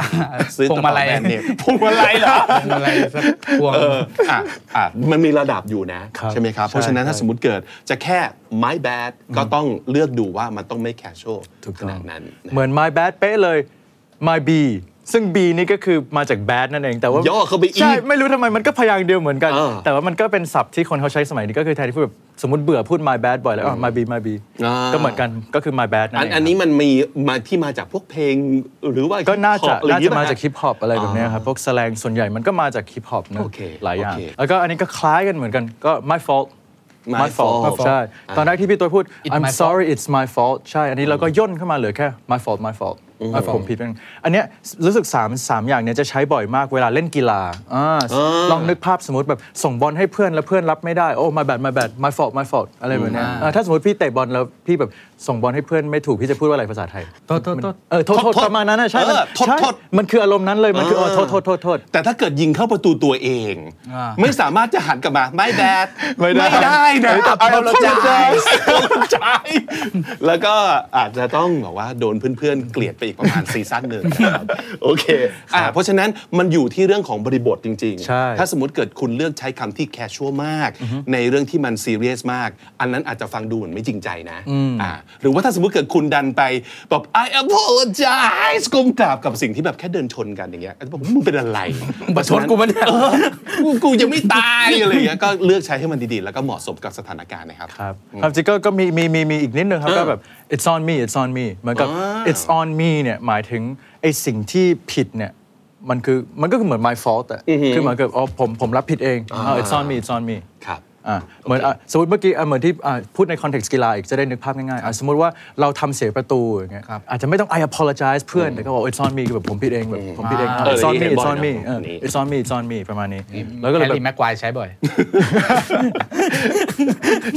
Speaker 2: ซื้อกระเป๋าแบรนด์เนมพวงมาลัยเหรอ
Speaker 3: อะไรสักพวง
Speaker 2: เอออ่ะอ่ะมันมีระดับอยู่นะ ใช่ไหมครับ เพราะฉะนั้นถ้า
Speaker 1: ใช่
Speaker 2: สมมติเกิดจะแค่ my bad ก็ต้องเลือกดูว่ามันต้องไม่ casual ขนาดนั้นนะ
Speaker 1: เหมือน my bad เป๊ะเลย my b ซึ่ง b นี่ก็คือมาจาก bad นั่นเอง แต่ว่า
Speaker 2: ย่อเข้าไปอีก
Speaker 1: ใช่ ไม่รู้ทำไมมันก็พยางค์เดียวเหมือนกัน
Speaker 2: เออ
Speaker 1: แต่ว่ามันก็เป็นศัพท์ที่คนเขาใช้สมัยนี้ก็คือแทนที่พูดแบบสมมติเบื่อพูด my bad บ่อยแล้วอ่ะ my b my b
Speaker 2: อ่า
Speaker 1: ก็เหมือนกันก็คือ my bad
Speaker 2: อั
Speaker 1: นั่น
Speaker 2: น
Speaker 1: เอง
Speaker 2: อันนี้มันมีมาที่มาจากพวกเพลงหรือว่า
Speaker 1: ก็น่าจะ
Speaker 2: hip hop หรือ
Speaker 1: น่า
Speaker 2: อย่
Speaker 1: จะ
Speaker 2: ง
Speaker 1: มา
Speaker 2: งี้ย
Speaker 1: จากฮิปฮอปอะไรแบบเนี้ยครับพวกแสลงส่วนใหญ่มันก็มาจากฮิปฮอปนะ
Speaker 2: โอเค
Speaker 1: หลายอย่าง
Speaker 2: โอเค
Speaker 1: แล้วก็อันนี้ก็คล้ายกันเหมือนกันก็ my fault
Speaker 2: My fault
Speaker 1: ใช่ตอนแรกที่พี่ตัวพูด
Speaker 3: It's
Speaker 1: I'm
Speaker 3: my fault
Speaker 1: sorry it's my fault ใช่ อันนี้เราก็ย่นเข้ามาเหลือแค่ my fault my fault ว่าผมผิดเองอันเนี้ยรู้สึก3 3อย่างเนี้ยจะใช้บ่อยมากเวลาเล่นกีฬาอ่าลองนึกภาพสมมติแบบส่งบอลให้เพื่อนแล้วเพื่อนรับไม่ได้ โอ้ my bad my bad my fault my fault อะไรแบบเนี้ยอ่าถ้าสมมติพี่เตะบอลแล้วพี่แบบส่งบอลให้เพื่อนไม่ถูกพี่จะพูดว่าอะไรภาษาไทย
Speaker 3: โทษโทษโทษ
Speaker 1: เออโทษโทษประมาณนั้นนะใช่
Speaker 2: เออ
Speaker 1: มัน
Speaker 2: โทษ
Speaker 1: ใช่
Speaker 2: โทษ
Speaker 1: มันคืออารมณ์นั้นเลยมันคือเออโทษโทษโทษโทษ
Speaker 2: แต่ถ้าเกิดยิงเข้าประตูตัวเอง
Speaker 3: อ่า
Speaker 2: ไม่สามารถจะหันกลับมาไม่แบด
Speaker 1: ไม่ได้
Speaker 2: ไม่ได้นะ
Speaker 1: ไม่ได้ apologize
Speaker 2: ใช่แล้วก็อาจจะต้องบอกว่าโดนเพื่อนๆ เกลียดไปอีกประมาณซี [laughs] ซั่นหนึ่งนะครับโอเคอ่าเพราะฉะนั้นมันอยู่ที่เรื่องของบริบทจริง
Speaker 1: ใช่
Speaker 2: ถ้าสมมติเกิดคุณเลือกใช้คำที่แคชชวลมาก ในเรื่องที่มันซีเรียสมาก อันนั้นอาจจะฟังดูเหมือนไม่จริงใจนะอ่าหรือว่าถ้าสมมติเกิดคุณดันไปแบบ I apologize ก้มกราบกับสิ่งที่แบบแค่เดินชนกันอย่างเงี้ยอาจจะบอกมึงเป็นอะไร
Speaker 3: ประชดกูปะเนี่ย
Speaker 2: ออกูกูยังไม่ตายอะไรอย่างเงี้ย [laughs] ก็เลือกใช้ให้มันดีๆ แล้วก็เหมาะสมกับสถานการณ์นะครับ
Speaker 1: ครับความจริงก็ก็มีมีมีมีอีกนิดนึงครับก็แบบ it's on me it's on me เหมือนกับ
Speaker 2: อ่า
Speaker 1: it's on me เนี่ยหมายถึงไอสิ่งที่ผิดเนี่ยมันคือมันก็คือเหมือน my fault อะคือเหมือนกับอ๋อผมผมรับผิดเองอ่า it's on me it's on me
Speaker 2: ครับ
Speaker 1: อ่าเหมือนอ่ะสมมติเมื่อกี้อ่ะเหมือนที่อ่ะพูดในคอนเท็กซ์กีฬาอีกจะได้นึกภาพง่ายๆอ่ะสมมติว่าเราทำเสียประตูอย่างเงี้ย
Speaker 3: ครับ
Speaker 1: อาจจะไม่ต้อง I apologize เพื่อนแต่ก็บอก it's on me คือแบบผมผิดเองแบบผมผิดเองอ่ะ
Speaker 2: เออ
Speaker 1: it's on me
Speaker 2: เห็นบ่
Speaker 1: it's
Speaker 2: อย
Speaker 1: on me
Speaker 2: นะ
Speaker 1: เออ
Speaker 2: นี่
Speaker 1: it's on me it's on me ประมาณนี้แล้
Speaker 3: แล้ว ว
Speaker 1: ก็เลย
Speaker 3: ก็แฮ
Speaker 1: แบบ
Speaker 3: ร์รี่แม็กควายใช้บ่อย
Speaker 1: [laughs]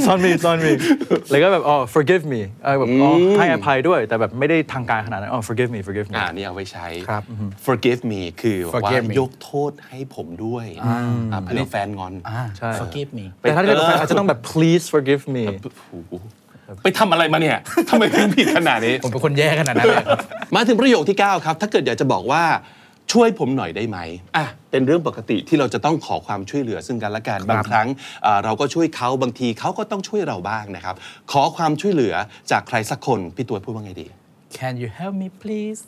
Speaker 1: ซ่อนมีซ่อนมีแล้วก็แบบอ๋อ forgive me เออแบบอ๋อให้อภัยด้วย แต่แบบไม่ได้ทางการขนาดนั้นอ๋อ forgive me forgive me
Speaker 2: อ่านี่เอาไว้ใช้
Speaker 3: ครับอือฮึ
Speaker 2: forgive me คือว่า
Speaker 3: Forgive me
Speaker 2: ยกโทษให้ผมด้วยอ่าเผื่อแฟนงอน
Speaker 1: ใช่
Speaker 3: forgive me
Speaker 1: แต่ถ้าที่เป็นแฟนอาจจะต้องแบบ please forgive me
Speaker 2: ไปทำอะไรมาเนี่ย [laughs] ทำไมถึงผิดขนาดนี้
Speaker 3: ผมเป็นคนแย่ขนาดนั้นเลย [laughs]
Speaker 2: มาถึงประโยคที่ 9 ครับ ถ้าเกิดอยากจะบอกว่าช่วยผมหน่อยได้ไหมอ่ะเป็นเรื่องปกติที่เราจะต้องขอความช่วยเหลือซึ่งกันและกันบางครั้งเอ่อเราก็ช่วยเขาบางทีเขาก็ต้องช่วยเราบ้างนะครับ ขอความช่วยเหลือจากใครสักคน พี่ตัวพูดว่าไงดี
Speaker 3: Can you help me please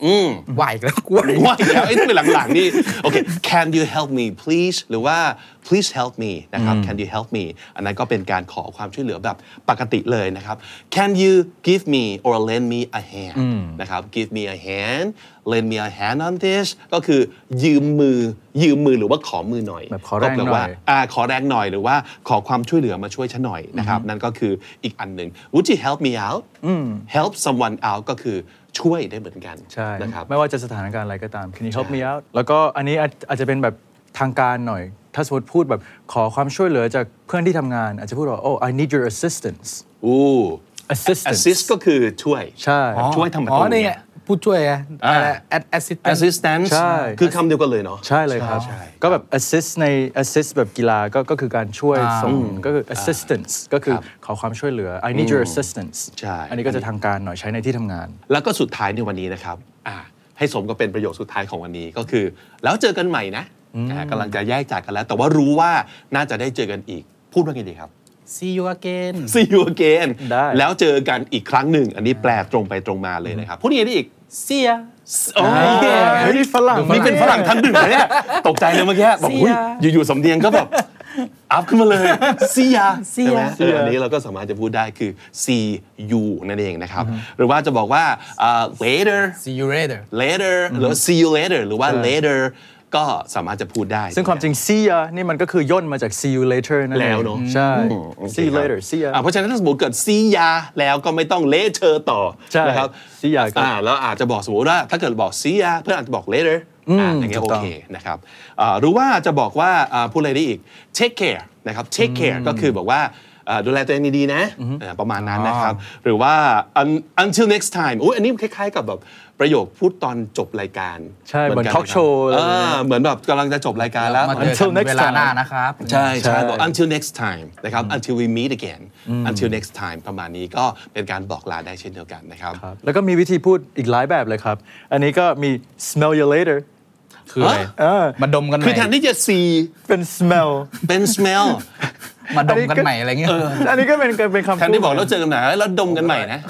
Speaker 3: ไหวอีกแล้วกลัวอีก
Speaker 2: ว่าอีกแล้วไอ้ที่เป็นหลังๆนี่โอเค can you help me please หรือว่า please help me นะครับ can you help me อันนั้นก็เป็นการขอความช่วยเหลือแบบปกติเลยนะครับ can you give me or lend me a hand นะครับ give me a hand lend me a hand on this ก็คือยืมมือยืมมือหรือว่าขอมือหน่อย
Speaker 1: แบบขอแรงหน่อย
Speaker 2: ก็ปลว่า อ่าขอแรงหน่อยหรือว่าขอความช่วยเหลือมาช่วยฉันหน่อยนะครับ นั่นก็คืออีกอันหนึ่ง would you help me out help someone out ก็คือช่วยได้เหมือนกัน
Speaker 1: ใช่
Speaker 2: นะครับ
Speaker 1: ไม่ว่าจะสถานการณ์อะไรก็ตาม can you help me out แล้วก็อันนี้อาจอาจจะเป็นแบบทางการหน่อย ถ้าสมมติพูดแบบขอความช่วยเหลือจากเพื่อนที่ทำงาน อาจจะพูดว่า oh I need your assistance
Speaker 2: อู้
Speaker 1: assistance
Speaker 2: assist ก็คือช่วย
Speaker 1: ใช่
Speaker 2: ช่วยทำประตู
Speaker 3: อ๋อนี่ไง ผู้ช่วยอะ
Speaker 2: อ่า
Speaker 3: แอดแอสซิส
Speaker 2: assistance
Speaker 1: ใช่
Speaker 2: คือคำเดียวกันเลยเนาะ
Speaker 1: ใช่เลยครับ
Speaker 2: ใช่
Speaker 1: ก็แบบ assist ใน assist แบบกีฬาก็ก็คือการช่วย
Speaker 3: อ่า
Speaker 1: ส่งก็คืออ assistance ก็คือขอความช่วยเหลือ I need your assistance
Speaker 2: ใช่
Speaker 1: อันนี้ก็จะทางการหน่อยใช้ในที่ทำงาน
Speaker 2: แล้วก็สุดท้ายในวันนี้นะครับอ่าให้สมกับเป็นประโยคสุดท้ายของวันนี้ก็คือ แล้วเจอกันใหม่นะอ่ากำลังจะแยกจากกันแล้ว แต่ว่ารู้ว่าน่าจะได้เจอกันอีก พูดว่าไงดีครับ
Speaker 3: see you again
Speaker 2: see you again
Speaker 1: [laughs] ได้
Speaker 2: แล้วเจอกันอีกครั้งหนึ่ง อันนี้แปลตรงไปตรงมาเลยนะครับ พูดยังไงได้อีก
Speaker 3: see ya
Speaker 2: โอ้
Speaker 1: เฮ้ย
Speaker 2: ย
Speaker 1: นี่ฝรั่ง
Speaker 2: นี่เป็นฝรั่งท่านหนึ่งเหรอเนี่ยตกใจเลยเมื่อกี้บอกอุ๊ยอยู่ๆสำเนียงก็แบบ อัพขึ้นมาเลยซียา
Speaker 3: เสีย
Speaker 2: ใช่ไหมเอออันนี้เราก็สามารถจะพูดได้คือ see you นั่นเองนะครับ หรือว่าจะบอกว่าอ่า later
Speaker 3: see you later
Speaker 2: later หรือ see you later หรือว่า later ก็สามารถจะพูดได้
Speaker 1: ซึ่งความจริง see ya นี่มันก็คือย่นมาจาก see you later นั่นเอง
Speaker 2: แล้วเนอะ
Speaker 1: ใช่
Speaker 2: อืมโอเค
Speaker 1: see you
Speaker 2: ครับ
Speaker 1: later see ya
Speaker 2: อ่ะเพราะฉะนั้นถ้าสมมติเกิดซียาแล้วก็ไม่ต้องเลเ e อร์ต่อ
Speaker 1: ใช่
Speaker 2: นะครับ
Speaker 1: see ya ก็
Speaker 2: อ่าแล้วอาจจะบอกสมมติว่าถ้าเกิดบอกซียาเพื่อนอาจจะบอก later อ่าอย่างเงี้ย
Speaker 1: ถู
Speaker 2: โอก
Speaker 1: ต้อง
Speaker 2: เคนะครับอ่าหรือว่าจะบอกว่าอ่าพูดอะไรได้อีก take care นะครับ take care ก็คือบอกว่าอ่าดูแลตัวเองดีๆนะอ่าประมาณนั้นนะครับ หรือว่า un- until next time อุ้ยอันนี้คล้ายๆกับแบบประโยคพูดตอนจบรายการ
Speaker 1: ใช่เหมือน
Speaker 2: ะค
Speaker 1: talk
Speaker 2: รับ
Speaker 1: show อะไร
Speaker 2: เอ
Speaker 1: แบบเนี้
Speaker 2: อ
Speaker 1: ย
Speaker 2: เหมือนแบบกำลังจะจบรายการแล้ว
Speaker 3: มาเจอ
Speaker 1: Until
Speaker 3: กัน
Speaker 1: next
Speaker 3: เวลา
Speaker 1: time
Speaker 3: หน้านะครับ
Speaker 2: ใช่ใช่
Speaker 1: ใช่
Speaker 2: บอก until next time นะครับ until we meet again until next time ประมาณนี้ก็เป็นการบอกลาได้เช่นเดียวกันนะครับ
Speaker 1: ครับแล้วก็มีวิธีพูดอีกหลายแบบเลยครับ อันนี้ก็มี smell you later
Speaker 3: คืออะไร
Speaker 1: เออ
Speaker 3: มาดมกันให
Speaker 2: คือ
Speaker 3: ม่
Speaker 2: แทนที่จะ see
Speaker 1: เป็น smell
Speaker 2: เป็น smell
Speaker 3: มาดมกันใหม่อะไรเงี้ย
Speaker 1: อันนี้ก็เป็นเป็นคำพูด
Speaker 2: แทนที่บอกเราเจอกันไหนแล้วดมกันใหม่นะ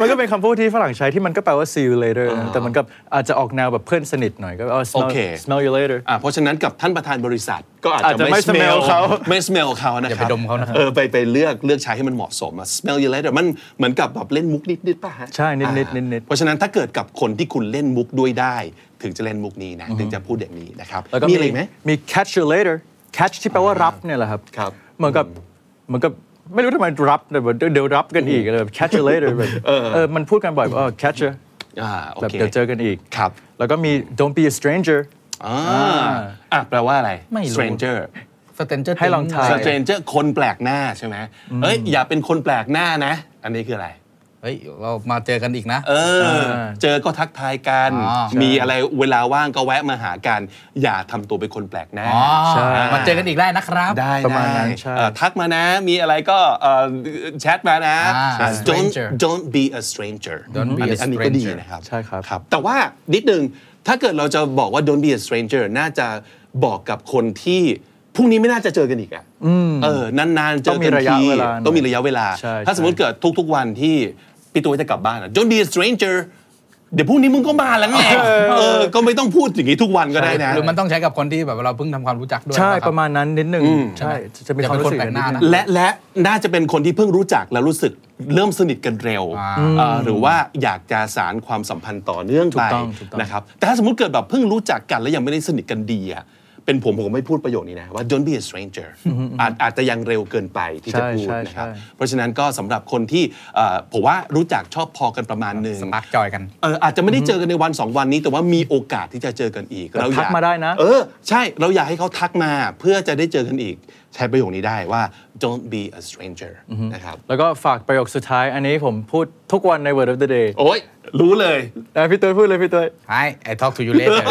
Speaker 1: มันก็เป็นคำพูดที่ฝรั่งใช้ที่มันก็แปลว่า see you later นะแต่มันก็อาจจะออกแนวแบบเพื่อนสนิทหน่อยก็เออ smell
Speaker 2: โอเค
Speaker 1: smell you later
Speaker 2: อ่ะเพราะฉะนั้นกับท่านประธานบริษัทก็อาจ
Speaker 1: อาจ
Speaker 2: จะ
Speaker 1: จะไม่
Speaker 2: ไม่ smell
Speaker 1: smell เขา
Speaker 2: ไม่ smell เขานะครับ
Speaker 3: อย่าไปดมเขานะครับ
Speaker 2: เออไปไปเลือกเลือกใช้ให้มันเหมาะสมอะ smell you later มันเหมือนกับแบบเล่นมุกนิดๆป่ะฮะ
Speaker 1: ใช่นิดๆ
Speaker 2: อ่า
Speaker 1: นิดๆ
Speaker 2: เพราะฉะนั้นถ้าเกิดกับคนที่คุณเล่นมุกด้วยได้ ถึงจะเล่นมุกนี้นะถึงจะพูดอย่างนี้นะครับ
Speaker 1: แล้วก็
Speaker 2: มีอะไรอีกไหม
Speaker 1: มี catch you later catch ที่แปลว่ารับเนี่ยแหละครับ
Speaker 2: ครับ
Speaker 1: เหมือนกับเหมือนกับไม่รู้ทำไมรับแต่แบบเดี๋ยวเดี๋ยวรับกันอีกอะไรแบบ catch you later แบบเออมันพูดกันบ่อยว่าเออ catch you
Speaker 2: อ่าโอเค
Speaker 1: แบบเดี๋ยวเจอกันอีก
Speaker 2: ครับ
Speaker 1: แล้วก็มี don't be a stranger
Speaker 2: อ่าอ่ะแปลว่าอะไร
Speaker 3: ไม่รู้
Speaker 2: stranger
Speaker 3: สเตนเจอร์
Speaker 1: ให้ลองทาย ใช่
Speaker 2: stranger คนแปลกหน้าใช่ไหมเอ้ยอย่าเป็นคนแปลกหน้านะ อันนี้คืออะไร
Speaker 3: เฮ้ย เรามาเจอกันอีกนะ
Speaker 2: เออ เจอก็ทักทายกัน
Speaker 3: อ๋อ
Speaker 2: มีอะไรเวลาว่างก็แวะมาหากัน อย่าทำตัวเป็นคนแปลกหน้า
Speaker 3: อ๋อ
Speaker 1: ใช่
Speaker 3: มาเจอกันอีกได้นะครับ
Speaker 2: ได้
Speaker 1: ประมาณนั้น
Speaker 2: ได้
Speaker 1: ใช่
Speaker 2: เอ่อทักมานะ มีอะไรก็เอ่อแชทมานะ
Speaker 3: อ่า
Speaker 2: don't
Speaker 3: stranger
Speaker 2: don't be a stranger
Speaker 3: Don't be
Speaker 2: อันนี้
Speaker 3: a
Speaker 2: อันนี้ก็ดี
Speaker 3: stranger
Speaker 2: นะครับ
Speaker 1: ใช่ครับ
Speaker 2: แต่ว่านิดนึง ถ้าเกิดเราจะบอกว่า don't be a stranger น่าจะบอกกับคนที่พรุ่งนี้ไม่น่าจะเจอกันอีกอ่ะเออนานๆเจอ
Speaker 1: ต้องมี
Speaker 2: กัน
Speaker 1: ระยะ
Speaker 2: ที
Speaker 1: เวลาหน่อย
Speaker 2: ต้องมีระยะเวลา
Speaker 1: ใช่
Speaker 2: ถ้าสมมติเกิดทุกๆวันที่พี่ตัวจะกลับบ้านอะ don't be a stranger เดี๋ยวพรุ่งนี้มึงก็มาแล้วไงเออก็ไม่ต้องพูดอย่างนี้ทุกวันก็ได้นะ
Speaker 3: หรือมันต้องใช้กับคนที่แบบเราเพิ่งทำความรู้จักด้วย
Speaker 1: ใช่
Speaker 3: คบ
Speaker 1: ประมาณนั้นนิดหนึ่งใช่จะจะมี
Speaker 3: อ
Speaker 1: ค
Speaker 3: ย่า
Speaker 1: วาม
Speaker 3: เป็น
Speaker 1: รู้สึก
Speaker 3: คนแปลกหน้า
Speaker 1: ด
Speaker 3: นะ
Speaker 1: ง
Speaker 2: และและน่าจะเป็นคนที่เพิ่งรู้จักแล้วรู้สึกเริ่มสนิทกันเร็ว
Speaker 3: อ่า
Speaker 2: เอ่อหรือว่าอยากจะสารความสัมพันธ์ต่อเนื่อง
Speaker 1: ถู
Speaker 2: ไป
Speaker 1: กต้องถูกต้อง
Speaker 2: นะครับแต่ถ้าสมมติเกิดแบบเพิ่งรู้จักกันแล้วยังไม่ได้สนิทกันดีอะเป็นผมผมไม่พูดประโยคนี้นะว่า don't be a stranger อาจอาจจะยังเร็วเกินไปที่จะ
Speaker 1: ใช่
Speaker 2: พูด
Speaker 1: ใช่
Speaker 2: นะครับ
Speaker 1: ใช่
Speaker 2: เพราะฉะนั้นก็สำหรับคนที่เอ่อผมว่ารู้จักชอบพอกันประมาณหนึ่ง
Speaker 3: สปาร์กจอยกัน
Speaker 2: เอออาจจะไม่ได้เจอกันในวัน 2 วันนี้ แต่ว่ามีโอกาสที่จะเจอกันอีก
Speaker 1: แต่ทักมาได้นะ
Speaker 2: เออ ใช่เราอยากให้เขาทักมาเพื่อจะได้เจอกันอีก ใช้ประโยคนี้ได้ว่า don't be a stranger นะครับ
Speaker 1: แล้วก็ฝากประโยคสุดท้าย อันนี้ผมพูดทุกวันใน word of the day
Speaker 2: โอ้ยรู้เลย
Speaker 1: นะพี่เตัวพูดเลยพี่เตัว
Speaker 3: Hi I talk to you later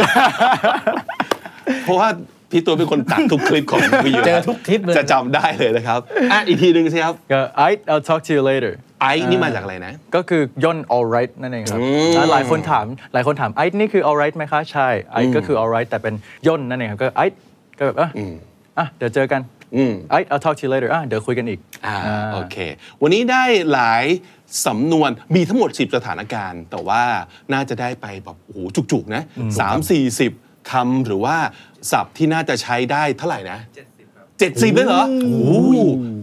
Speaker 2: เพราะว่าพี่ตัวเป็นคนตัดทุกคลิปของวิว
Speaker 3: เจอทุกคลิปเลย
Speaker 2: จะจำได้เลยนะครับ อ่ะ อีกทีหนึ่งสิครับ
Speaker 1: ก็ I I'll talk to you later
Speaker 2: ไอ้นี่มาจากอะไรนะ
Speaker 1: ก็คือย่น alright นั่นเองครับแล้วหลายคนถามหลายคนถาม I นี่คือ alright ไหมคะ ใช่ I ก็คือ alright แต่เป็นย่นนั่นเองครับก็ I ก็แบบเออออ่ะเดี๋ยวเจอกัน I I'll talk to you later อ่ะเดี๋ยวคุยกันอีก
Speaker 2: อ่าโอเค วันนี้ได้หลายสำนวนมีทั้งหมด 10 สถานการณ์ แต่ว่าน่าจะได้ไปแบบโอ้โหจุกๆนะสามสี่สิบคำหรือว่าศัพท์ที่น่าจะใช้ได้เท่าไหร่นะ 70ดสิบเลยเหรอโอ้โห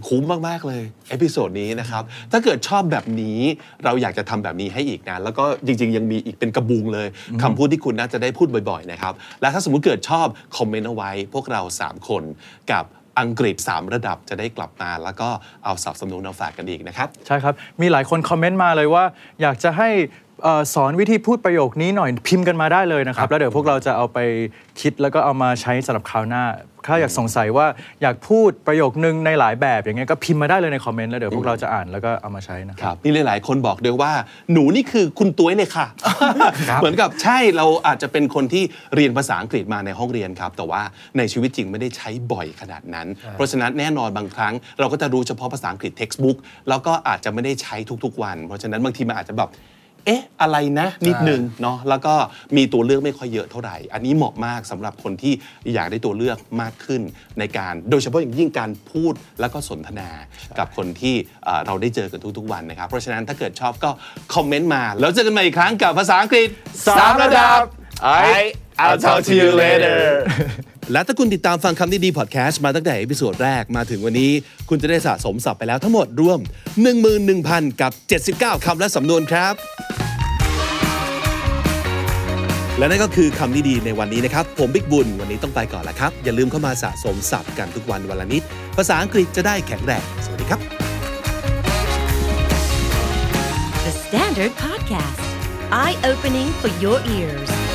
Speaker 2: คุ้มมาก ๆ เลย เอพิโซดนี้นะครับ ถ้าเกิดชอบแบบนี้เราอยากจะทำแบบนี้ให้อีกนะ แล้วก็จริง ๆ ยังมีอีกเป็นกระบุงเลยคำพูดที่คุณน่าจะได้พูดบ่อย ๆ นะครับ และถ้าสมมุติเกิดชอบ คอมเมนต์เอาไว้ พวกเรา 3 คนกับอังกฤษ 3 ระดับจะได้กลับมา แล้วก็เอาสับสำนวนมาฝากกันอีกนะครับ
Speaker 1: ใช่ครับ มีหลายคนคอมเมนต์มาเลยว่า อยากจะให้ เอ่อสอนวิธีพูดประโยคนี้หน่อยพิมพ์กันมาได้เลยนะครับ แล้วเดี๋ยวพวกเราจะเอาไปคิดแล้วก็เอามาใช้สำหรับคราวหน้า ถ้าอยากสงสัยว่าอยากพูดประโยคนึงในหลายแบบอย่างเงี้ยก็พิมพ์มาได้เลยในคอมเมนต์แล้วเดี๋ยวพวกเราจะอ่านแล้วก็เอามาใช้นะครับ
Speaker 2: ครับมีหลาย ๆ คนบอกด้วยว่าหนูนี่คือคุณต้วยเลยค่ะ เหมือนกับใช่เราอาจจะเป็นคนที่เรียนภาษาอังกฤษมาในห้องเรียนครับ แต่ว่าในชีวิตจริงไม่ได้ใช้บ่อยขนาดนั้น เพราะฉะนั้นแน่นอนบางครั้ง เราก็จะรู้เฉพาะภาษาอังกฤษ textbook แล้วก็อาจจะไม่ได้ใช้ทุก ๆ วัน เพราะฉะนั้นบางทีมันอาจจะแบบเอ๊ะอะไรนะนิดนึงเนาะแล้วก็มีตัวเลือกไม่ค่อยเยอะเท่าไหร่ อันนี้เหมาะมากสำหรับคนที่อยากได้ตัวเลือกมากขึ้นในการโดยเฉพาะอย่างยิ่งการพูดแล้วก็สนทนากับคนที่เอ่อเราได้เจอกันทุกๆวันนะครับ เพราะฉะนั้นถ้าเกิดชอบก็คอมเมนต์มา แล้วเจอกันใหม่อีกครั้งกับภาษาอังกฤษ
Speaker 1: 3 ระดับ
Speaker 2: I I'll talk to you later [laughs] และถ้าคุณติดตามฟังคำนี้ดีพอดแคสต์มาตั้งแต่เอพิโซดแรกมาถึงวันนี้ คุณจะได้สะสมศัพท์ไปแล้วทั้งหมดรวม 11,000 กับ 79 คำและสำนวนครับ และนั่นก็คือคำนี้ดีในวันนี้นะครับ ผมบิ๊กบุญ วันนี้ต้องไปก่อนละครับ อย่าลืมเข้ามาสะสมศัพท์กันทุกวันวันละนิด ภาษาอังกฤษจะได้แข็งแรงสวัสดีครับ
Speaker 4: The Standard Podcast, eye opening for your ears.